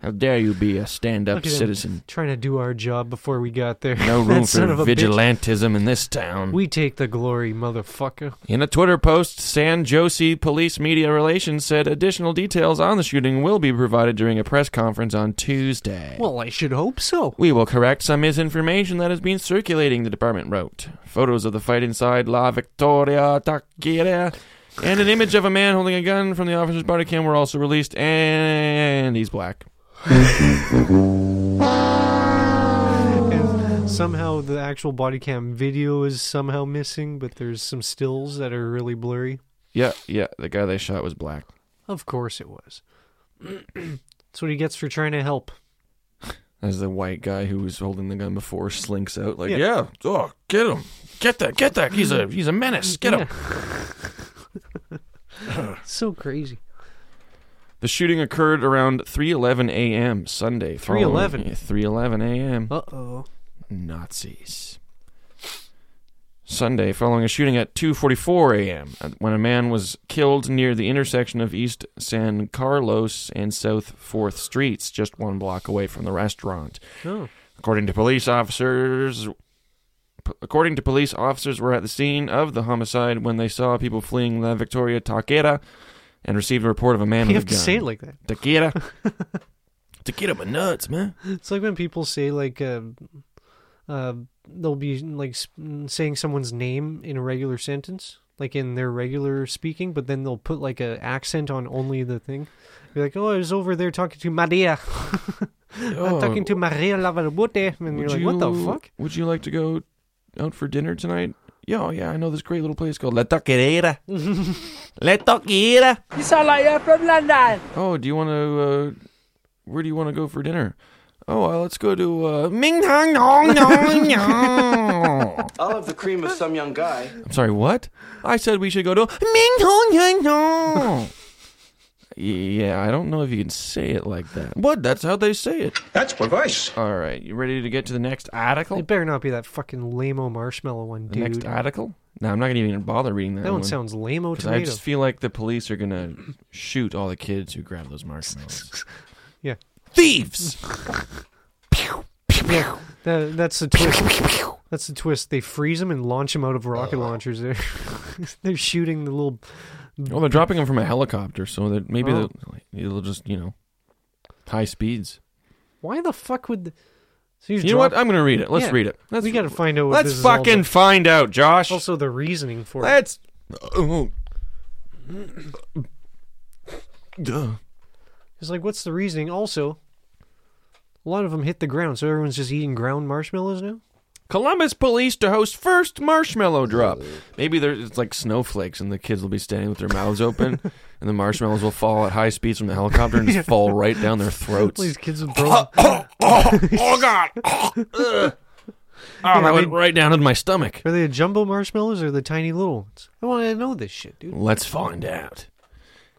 Speaker 5: How dare you be a stand up
Speaker 1: Look at him
Speaker 5: citizen?
Speaker 1: trying to do our job before we got there.
Speaker 5: No
Speaker 1: That
Speaker 5: room for
Speaker 1: son of a bitch.
Speaker 5: vigilantism in this town.
Speaker 1: We take the glory, motherfucker.
Speaker 5: in a Twitter post, San Jose Police Media Relations said additional details on the shooting will be provided during a press conference on Tuesday.
Speaker 1: Well, I should hope so.
Speaker 5: We will correct some misinformation that has been circulating, the department wrote. Photos of the fight inside La Victoria Taqueria and an image of a man holding a gun from the officer's body cam were also released, and he's black.
Speaker 1: And somehow the actual body cam video is somehow missing, but there's some stills that are really blurry.
Speaker 5: Yeah, yeah, the guy they shot was black.
Speaker 1: Of course it was. That's what he gets for trying to help.
Speaker 5: As the white guy who was holding the gun before slinks out, like,
Speaker 1: Yeah.
Speaker 5: yeah, oh, get him, get that, get that. He's a he's a menace. Get him.
Speaker 1: so crazy.
Speaker 5: The shooting occurred around 3:11 a.m. Sunday. following-
Speaker 1: 3:11?
Speaker 5: Yeah, 3:11 a.m.
Speaker 1: Uh oh.
Speaker 5: Nazis. Sunday, following a shooting at 2:44 a.m., uh, when a man was killed near the intersection of East San Carlos and South Fourth Streets, just one block away from the restaurant.
Speaker 1: Oh.
Speaker 5: According to police officers, p- according to police officers, were at the scene of the homicide when they saw people fleeing La Victoria Taquera, and received a report of a man
Speaker 1: You have
Speaker 5: with a
Speaker 1: to
Speaker 5: gun.
Speaker 1: say it like that.
Speaker 5: Taquera. Taquera, my nuts, man.
Speaker 1: It's like when people say like uh, uh, they'll be like sp- saying someone's name in a regular sentence, like in their regular speaking, but then they'll put like a accent on only the thing. Be like, oh, I was over there talking to Maria. I'm
Speaker 5: Oh.
Speaker 1: talking to Maria Lavalbote, and you're
Speaker 5: Would
Speaker 1: like, what the
Speaker 5: you-
Speaker 1: fuck?
Speaker 5: Would you like to go out for dinner tonight? Yeah, oh, yeah, I know this great little place called La Taquerera. La Taquerera.
Speaker 12: You sound like you're from London.
Speaker 5: Oh, do you want to? Uh, where do you want to go for dinner? Oh, well, let's go to uh, Ming Hang Nong Nong Nong.
Speaker 13: I'll have the cream of some young guy.
Speaker 5: I'm sorry, what? I said we should go to Ming Hong Yang Nong. Yeah, I don't know if you can say it like that. What? That's how they say it. That's advice. All right, you ready to get to the next article?
Speaker 1: It better not be that fucking lame-o marshmallow one,
Speaker 5: The
Speaker 1: dude.
Speaker 5: next article? No, I'm not gonna even bother reading that.
Speaker 1: That one sounds lame-o
Speaker 5: 'Cause I
Speaker 1: tomato.
Speaker 5: just feel like the police are gonna shoot all the kids who grab those marshmallows.
Speaker 1: Yeah.
Speaker 5: Thieves.
Speaker 1: Yeah, that, that's the twist. That's the twist. They freeze them and launch them out of rocket launchers. They're they're shooting the little.
Speaker 5: well, they're dropping them from a helicopter, so that maybe
Speaker 1: Oh.
Speaker 5: they'll, it'll just you know high speeds.
Speaker 1: Why the fuck would? th- So
Speaker 5: You know what? I'm gonna read it. Let's read it. Let's-
Speaker 1: we got to find out. What
Speaker 5: let's
Speaker 1: this is all
Speaker 5: fucking
Speaker 1: about.
Speaker 5: find out, Josh.
Speaker 1: Also, the reasoning for it.
Speaker 5: Let's. Oh. Duh.
Speaker 1: It's like, what's the reasoning? Also, a lot of them hit the ground, so everyone's just eating ground marshmallows now.
Speaker 5: Columbus police to host first marshmallow drop. Maybe there it's like snowflakes, and the kids will be standing with their mouths open, and the marshmallows will fall at high speeds from the helicopter and just fall right down their throats.
Speaker 1: These kids with broken.
Speaker 5: oh, oh, God! Oh,
Speaker 1: Yeah,
Speaker 5: that went
Speaker 1: they-
Speaker 5: right down into my stomach.
Speaker 1: Are they jumbo marshmallows or the tiny little ones? I want to know this shit, dude.
Speaker 5: Let's find out.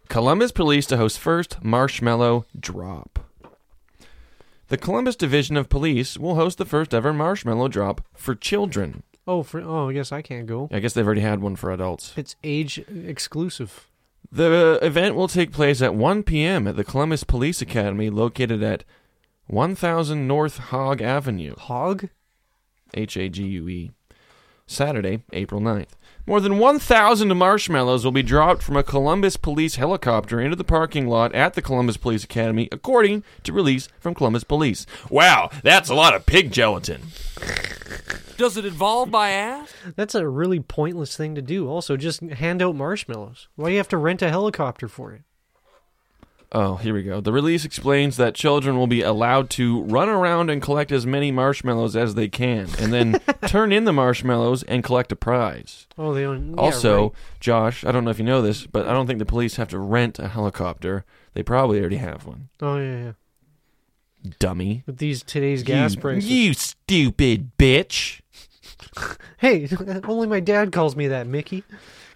Speaker 5: Columbus Police to host first marshmallow drop. The Columbus Division of Police will host the first ever marshmallow drop for children.
Speaker 1: Oh, for oh, I guess I can't go.
Speaker 5: I guess they've already had one for adults.
Speaker 1: It's age exclusive.
Speaker 5: The event will take place at 1 p.m. at the Columbus Police Academy, located at 1000 North Hog Avenue.
Speaker 1: Hog?
Speaker 5: H A G U E. Saturday, April 9th. More than 1,000 marshmallows will be dropped from a Columbus police helicopter into the parking lot at the Columbus Police Academy, according to release from Columbus Police. Wow, that's a lot of pig gelatin.
Speaker 14: Does it involve my ass?
Speaker 1: That's a really pointless thing to do. Also, just hand out marshmallows. Why do you have to rent a helicopter for it?
Speaker 5: Oh, here we go. The release explains that children will be allowed to run around and collect as many marshmallows as they can, and then turn in the marshmallows and collect a prize.
Speaker 1: Oh, they don't. yeah,
Speaker 5: also,
Speaker 1: right.
Speaker 5: Josh, I don't know if you know this, but I don't think the police have to rent a helicopter. They probably already have one.
Speaker 1: Oh yeah, yeah.
Speaker 5: Dummy.
Speaker 1: With these today's gas
Speaker 5: you,
Speaker 1: prices.
Speaker 5: You stupid bitch.
Speaker 1: Hey, only my dad calls me that, Mickey.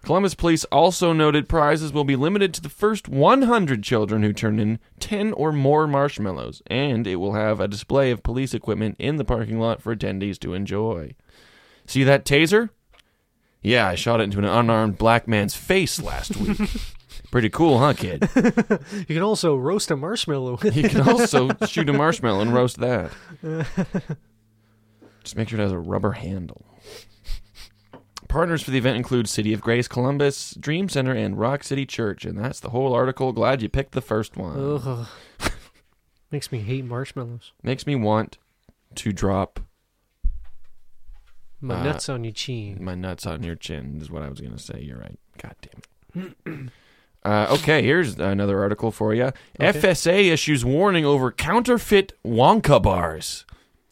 Speaker 5: Columbus police also noted prizes will be limited to the first 100 children who turn in 10 or more marshmallows, and it will have a display of police equipment in the parking lot for attendees to enjoy. See that taser? Yeah, I shot it into an unarmed black man's face last week. Pretty cool, huh, kid?
Speaker 1: You can also roast a marshmallow.
Speaker 5: You can also shoot a marshmallow and roast that. Just make sure it has a rubber handle. Partners for the event include City of Grace, Columbus, Dream Center, and Rock City Church. And that's the whole article. Glad you picked the first one.
Speaker 1: Ugh. Makes me hate marshmallows.
Speaker 5: Makes me want to drop
Speaker 1: My
Speaker 5: uh,
Speaker 1: nuts on your chin.
Speaker 5: My nuts on your chin is what I was going to say. You're right. God damn it. Uh, okay, here's another article for you. FSA issues warning over counterfeit Wonka bars.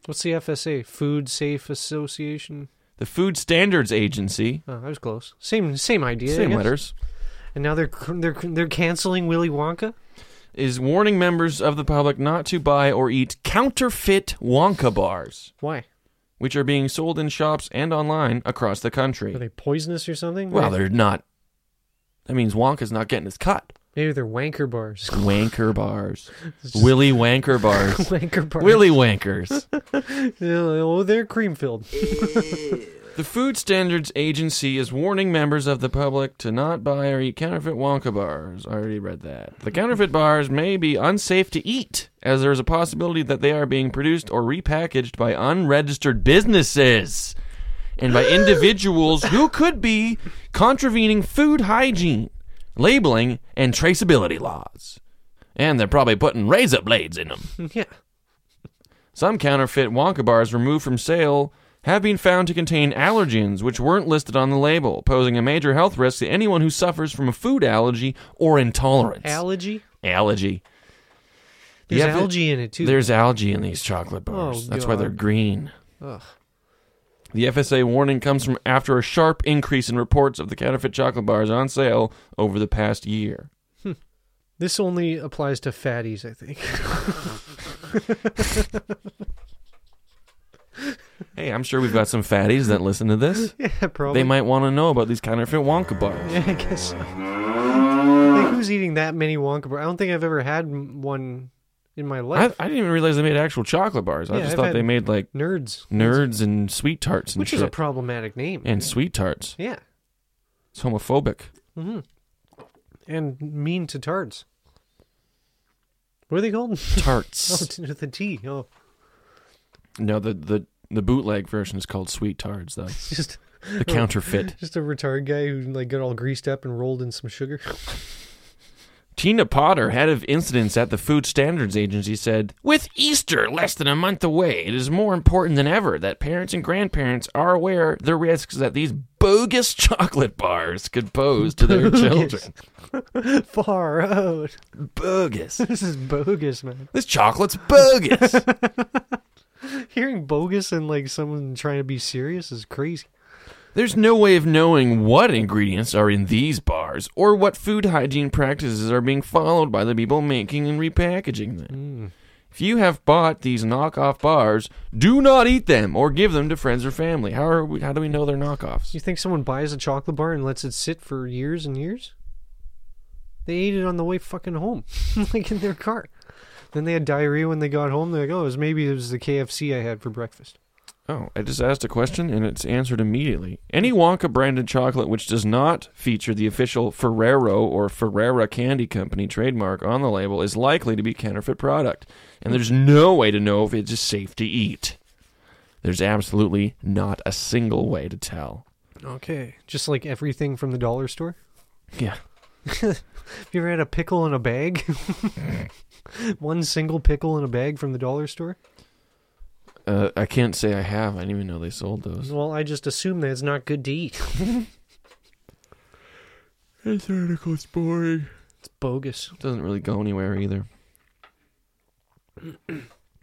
Speaker 1: What's the FSA? Food Safe Association.
Speaker 5: The Food Standards Agency.
Speaker 1: Oh, I was close. Same same idea. I
Speaker 5: Same
Speaker 1: guess.
Speaker 5: letters.
Speaker 1: And now they're they're they're canceling Willy Wonka.
Speaker 5: is warning members of the public not to buy or eat counterfeit Wonka bars.
Speaker 1: Why?
Speaker 5: Which are being sold in shops and online across the country.
Speaker 1: Are they poisonous or something?
Speaker 5: well, they're not. That means Wonka's not getting his cut.
Speaker 1: maybe they're wanker bars.
Speaker 5: Wanker bars. Willy Wanker bars.
Speaker 1: Wanker bars.
Speaker 5: Willy Wankers.
Speaker 1: oh, they're cream filled.
Speaker 5: The Food Standards Agency is warning members of the public to not buy or eat counterfeit Wonka bars. I already read that. The counterfeit bars may be unsafe to eat, as there is a possibility that they are being produced or repackaged by unregistered businesses and by individuals who could be contravening food hygiene, labeling, and traceability laws. And they're probably putting razor blades in them.
Speaker 1: yeah.
Speaker 5: Some counterfeit Wonka bars removed from sale have been found to contain allergens which weren't listed on the label, posing a major health risk to anyone who suffers from a food allergy or intolerance.
Speaker 1: Allergy.
Speaker 5: allergy.
Speaker 1: There's
Speaker 5: Yeah, but-
Speaker 1: algae in it, too.
Speaker 5: There's algae in these chocolate bars.
Speaker 1: Oh,
Speaker 5: That's why they're
Speaker 1: God.
Speaker 5: green.
Speaker 1: Ugh.
Speaker 5: The FSA warning comes from after a sharp increase in reports of the counterfeit chocolate bars on sale over the past year.
Speaker 1: This only applies to fatties, I think.
Speaker 5: Hey, I'm sure we've got some fatties that listen to this.
Speaker 1: Yeah, probably.
Speaker 5: They might want to know about these counterfeit Wonka bars.
Speaker 1: Yeah, I guess. Like, who's eating that many Wonka bars? I don't think I've ever had m- one in my
Speaker 5: I, I
Speaker 1: life.
Speaker 5: didn't even realize they made actual chocolate bars. I
Speaker 1: Yeah,
Speaker 5: just
Speaker 1: I've
Speaker 5: thought
Speaker 1: had
Speaker 5: they made like
Speaker 1: nerds.
Speaker 5: nerds and sweet tarts and
Speaker 1: Which
Speaker 5: shit.
Speaker 1: is a problematic name.
Speaker 5: And sweet tarts.
Speaker 1: Yeah.
Speaker 5: It's homophobic.
Speaker 1: hmm And mean to tarts. What are they called?
Speaker 5: Tarts.
Speaker 1: oh, t- with the T. Oh,
Speaker 5: No, the the the bootleg version is called sweet tarts though.
Speaker 1: just
Speaker 5: the counterfeit.
Speaker 1: Just a retard guy who like got all greased up and rolled in some sugar.
Speaker 5: Tina Potter, head of incidents at the Food Standards Agency, said, With Easter less than a month away, it is more important than ever that parents and grandparents are aware of the risks that these bogus chocolate bars could pose to their children.
Speaker 1: Far out.
Speaker 5: Bogus.
Speaker 1: this is bogus, man.
Speaker 5: This chocolate's bogus.
Speaker 1: Hearing bogus and like someone trying to be serious is crazy.
Speaker 5: There's no way of knowing what ingredients are in these bars or what food hygiene practices are being followed by the people making and repackaging them. If If you have bought these knockoff bars, do not eat them or give them to friends or family. How are we, how do we know they're knockoffs?
Speaker 1: You think someone buys a chocolate bar and lets it sit for years and years? They ate it on the way fucking home, like in their car. Then they had diarrhea when they got home. They're like, oh, it was maybe it was the KFC I had for breakfast.
Speaker 5: Oh, I just asked a question and it's answered immediately. Any Wonka branded chocolate which does not feature the official Ferrero or Ferrera Candy Company trademark on the label is likely to be counterfeit product, and there's no way to know if it's safe to eat. There's absolutely not a single way to tell.
Speaker 1: Okay, just like everything from the dollar store.
Speaker 5: Yeah.
Speaker 1: Have you ever had a pickle in a bag? One single pickle in a bag from the dollar store.
Speaker 5: Uh, I can't say I have. I didn't even know they sold those.
Speaker 1: Well, I just assume that it's not good to eat.
Speaker 5: This article's boring.
Speaker 1: It's bogus.
Speaker 5: Doesn't really go anywhere either.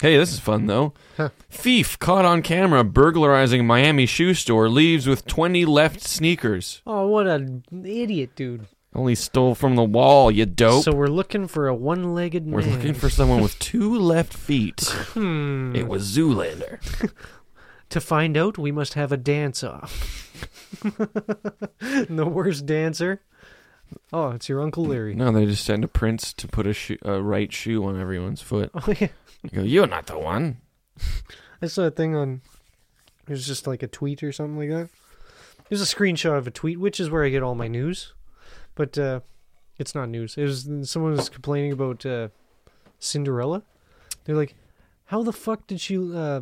Speaker 5: Hey, this is fun though. Thief caught on camera burglarizing Miami shoe store leaves with 20 left sneakers.
Speaker 1: Oh, what an idiot, dude.
Speaker 5: Only stole from the wall, you dope.
Speaker 1: So we're looking for a one-legged
Speaker 5: Oh. We're
Speaker 1: man.
Speaker 5: looking for someone with two left feet.
Speaker 1: Hmm.
Speaker 5: It was Zoolander.
Speaker 1: To find out, we must have a dance off. the worst dancer. Oh, it's your Uncle Larry.
Speaker 5: No, they just send a prince to put a, shoe, a right shoe on everyone's foot.
Speaker 1: Oh, yeah.
Speaker 5: You go, you're not the one.
Speaker 1: I saw a thing on. It was just like a tweet or something like that. It was a screenshot of a tweet, which is where I get all my news. But uh, it's not news. It was someone was complaining about uh, Cinderella. They're like, "How the fuck did she? Uh,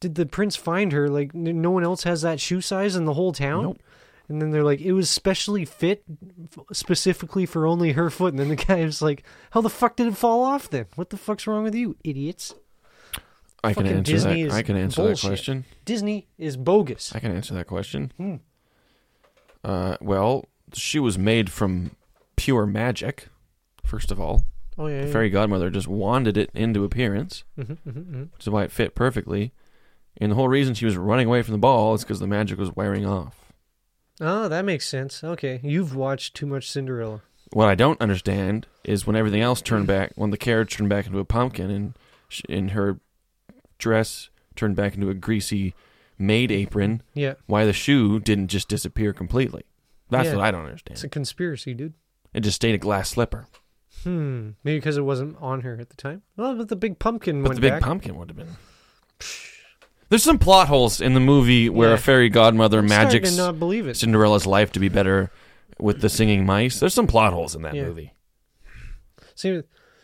Speaker 1: did the prince find her? Like, n- no one else has that shoe size in the whole town." And then they're like, "It was specially fit, f- specifically for only her foot." And then the guy was like, "How the fuck did it fall off then? What the fuck's wrong with you, idiots?"
Speaker 5: I can
Speaker 1: Fucking
Speaker 5: answer
Speaker 1: Disney
Speaker 5: that.
Speaker 1: is
Speaker 5: I can answer
Speaker 1: bullshit.
Speaker 5: that question.
Speaker 1: Disney is bogus.
Speaker 5: I can answer that question.
Speaker 1: Hmm.
Speaker 5: Uh, well, she was made from pure magic. First of all,
Speaker 1: Oh, yeah,
Speaker 5: the
Speaker 1: yeah.
Speaker 5: fairy godmother just wanded it into appearance,
Speaker 1: Mhm, mhm, mhm.
Speaker 5: which is why it fit perfectly. And the whole reason she was running away from the ball is because the magic was wearing off.
Speaker 1: Oh, that makes sense. Okay, you've watched too much Cinderella.
Speaker 5: What I don't understand is when everything else turned back, when the carriage turned back into a pumpkin, and sh and her dress turned back into a greasy maid apron.
Speaker 1: Yeah.
Speaker 5: Why the shoe didn't just disappear completely? That's
Speaker 1: Yeah.
Speaker 5: what I don't understand.
Speaker 1: It's a conspiracy, dude.
Speaker 5: It just stayed a glass slipper.
Speaker 1: Hmm. Maybe because it wasn't on her at the time. Well, but the big pumpkin
Speaker 5: But
Speaker 1: went
Speaker 5: the big
Speaker 1: back.
Speaker 5: pumpkin would have been. There's some plot holes in the movie where
Speaker 1: Yeah.
Speaker 5: a fairy godmother
Speaker 1: I'm starting
Speaker 5: magics
Speaker 1: to not believe it.
Speaker 5: Cinderella's life to be better with the singing mice. There's some plot holes in that
Speaker 1: Yeah.
Speaker 5: movie.
Speaker 1: See,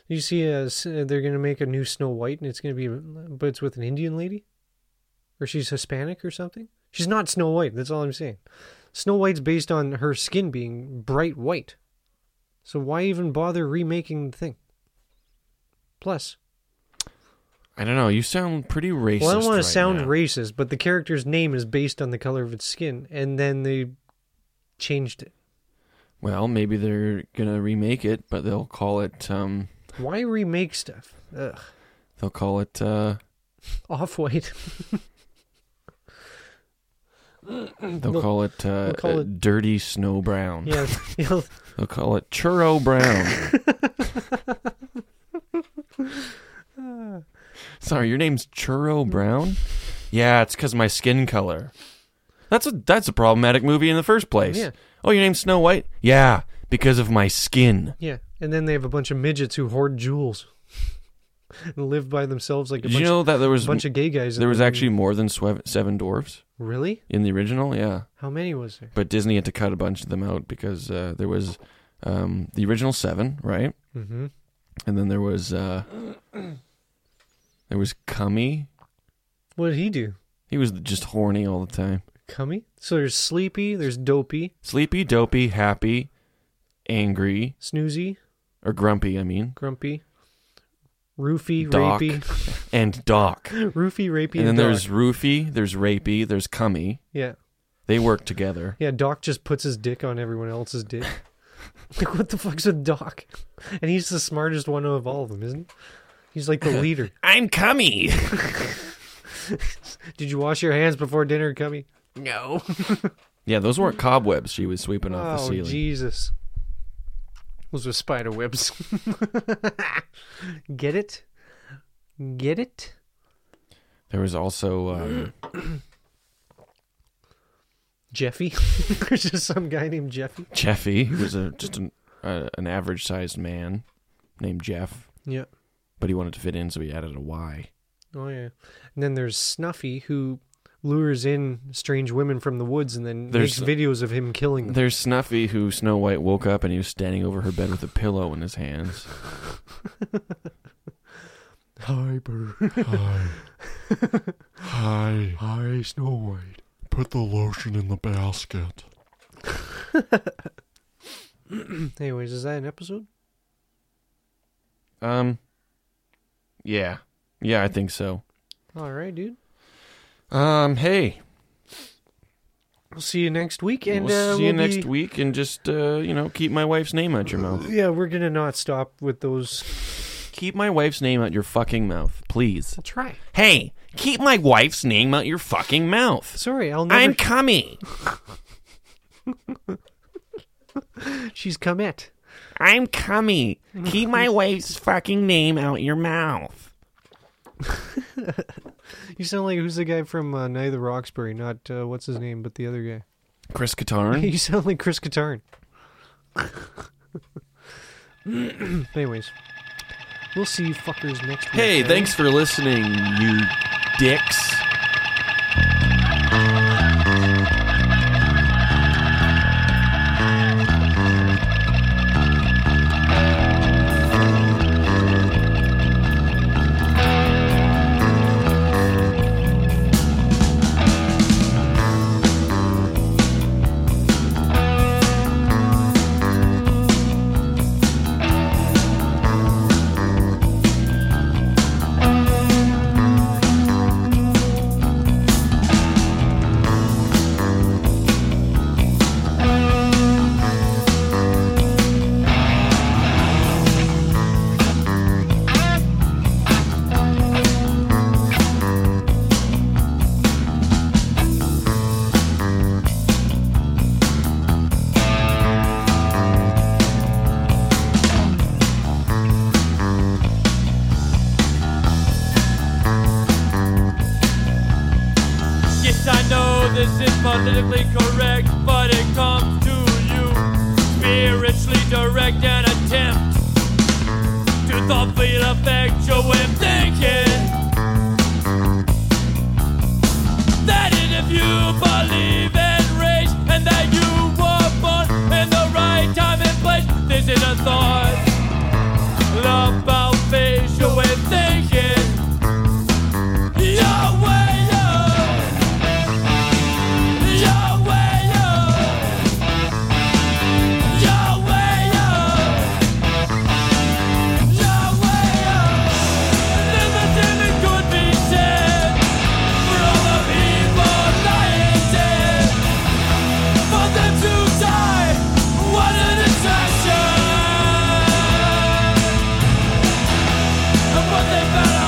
Speaker 1: you see, uh, s- uh, they're gonna make a new Snow White, and it's gonna be, but it's with an Indian lady, or she's Hispanic or something. She's not Snow White. That's all I'm saying. Snow White's based on her skin being bright white. So why even bother remaking the thing? Plus,
Speaker 5: I don't know. You sound pretty racist.
Speaker 1: Well, I don't want
Speaker 5: right
Speaker 1: to sound
Speaker 5: now.
Speaker 1: racist, but the character's name is based on the color of its skin, and then they changed it.
Speaker 5: Well, maybe they're gonna remake it, but they'll call it um,
Speaker 1: Why remake stuff? Ugh.
Speaker 5: they'll call it uh,
Speaker 1: Off white.
Speaker 5: they'll call it uh,
Speaker 1: they'll call
Speaker 5: uh,
Speaker 1: it-
Speaker 5: dirty snow brown.
Speaker 1: Yeah, yeah.
Speaker 5: they'll call it churro brown. Sorry, your name's Churro Brown? Yeah, it's because my skin color. That's a that's a problematic movie in the first place.
Speaker 1: Yeah.
Speaker 5: Oh, your name's Snow White? Yeah, because of my skin.
Speaker 1: Yeah, and then they have a bunch of midgets who hoard jewels and live by themselves like a
Speaker 5: Did
Speaker 1: bunch
Speaker 5: you know
Speaker 1: of,
Speaker 5: that there was
Speaker 1: a bunch of gay guys. in
Speaker 5: There was
Speaker 1: the-
Speaker 5: actually more than swe- seven dwarfs.
Speaker 1: Really?
Speaker 5: In the original, yeah.
Speaker 1: How many was there?
Speaker 5: But Disney had to cut a bunch of them out because uh, there was um, the original seven, right?
Speaker 1: Mhm.
Speaker 5: And then there was uh, there was Cummy.
Speaker 1: What did he do?
Speaker 5: He was just horny all the time.
Speaker 1: Cummy? So there's sleepy, there's dopey,
Speaker 5: Sleepy, dopey, happy, angry,
Speaker 1: snoozy,
Speaker 5: or grumpy. I mean,
Speaker 1: grumpy, roofy,
Speaker 5: doc
Speaker 1: rapey,
Speaker 5: and doc.
Speaker 1: roofy, rapey,
Speaker 5: and then
Speaker 1: and
Speaker 5: there's
Speaker 1: doc.
Speaker 5: roofy, there's rapey, there's cummy.
Speaker 1: Yeah.
Speaker 5: They work together.
Speaker 1: Yeah, Doc just puts his dick on everyone else's dick. like, what the fuck's with Doc? And he's the smartest one of all of them, isn't he? He's like the leader.
Speaker 5: I'm cummy.
Speaker 1: Did you wash your hands before dinner, Cummy? No.
Speaker 5: Yeah, those weren't cobwebs she was sweeping off the
Speaker 1: oh,
Speaker 5: ceiling.
Speaker 1: Jesus. Those were spider webs. Get it? Get it?
Speaker 5: There was also um,
Speaker 1: Jeffy? There's just some guy named Jeffy.
Speaker 5: Jeffy, who was a, just an, uh, an average sized man named Jeff.
Speaker 1: Yeah.
Speaker 5: But he wanted to fit in, so he added a Y.
Speaker 1: Oh yeah. And then there's Snuffy who lures in strange women from the woods and then
Speaker 5: There's-
Speaker 1: makes videos of him killing them.
Speaker 5: There's Snuffy, who Snow White woke up and he was standing over her bed with a pillow in his hands.
Speaker 15: Hyper. Hi. Hi. Hi, Snow White. Put the lotion in the basket.
Speaker 1: Anyways, is that an episode?
Speaker 5: Um, yeah, yeah, I think so.
Speaker 1: All right, dude.
Speaker 5: Um, hey,
Speaker 1: We'll see you next week, and
Speaker 5: we'll
Speaker 1: uh,
Speaker 5: see you
Speaker 1: we'll
Speaker 5: next
Speaker 1: be-
Speaker 5: week, and just uh, you know, keep my wife's name out your mouth.
Speaker 1: Yeah, we're gonna not stop with those.
Speaker 5: Keep my wife's name out your fucking mouth, please. I'll
Speaker 1: try.
Speaker 5: Hey, keep my wife's name out your fucking mouth.
Speaker 1: Sorry, I'll never.
Speaker 5: I'm coming.
Speaker 1: She's come it.
Speaker 5: I'm coming. Keep my wife's fucking name out your mouth.
Speaker 1: You sound like who's the guy from uh, Night of the Roxbury? Not uh, what's his name, but the other guy.
Speaker 5: Chris Katarn.
Speaker 1: you sound like Chris Katarn. Anyways, we'll see you fuckers next week.
Speaker 5: Hey,
Speaker 1: eh?
Speaker 5: thanks for listening, you dicks.
Speaker 16: Yes, I know this is politically correct, but it comes to you spiritually direct an attempt to thoughtfully affect your way of thinking. That is if you believe in race and that you were born in the right time and place, this is a thought about facial way of thinking. Your way of But they better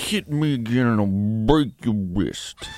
Speaker 5: look at me again and I'll break your wrist.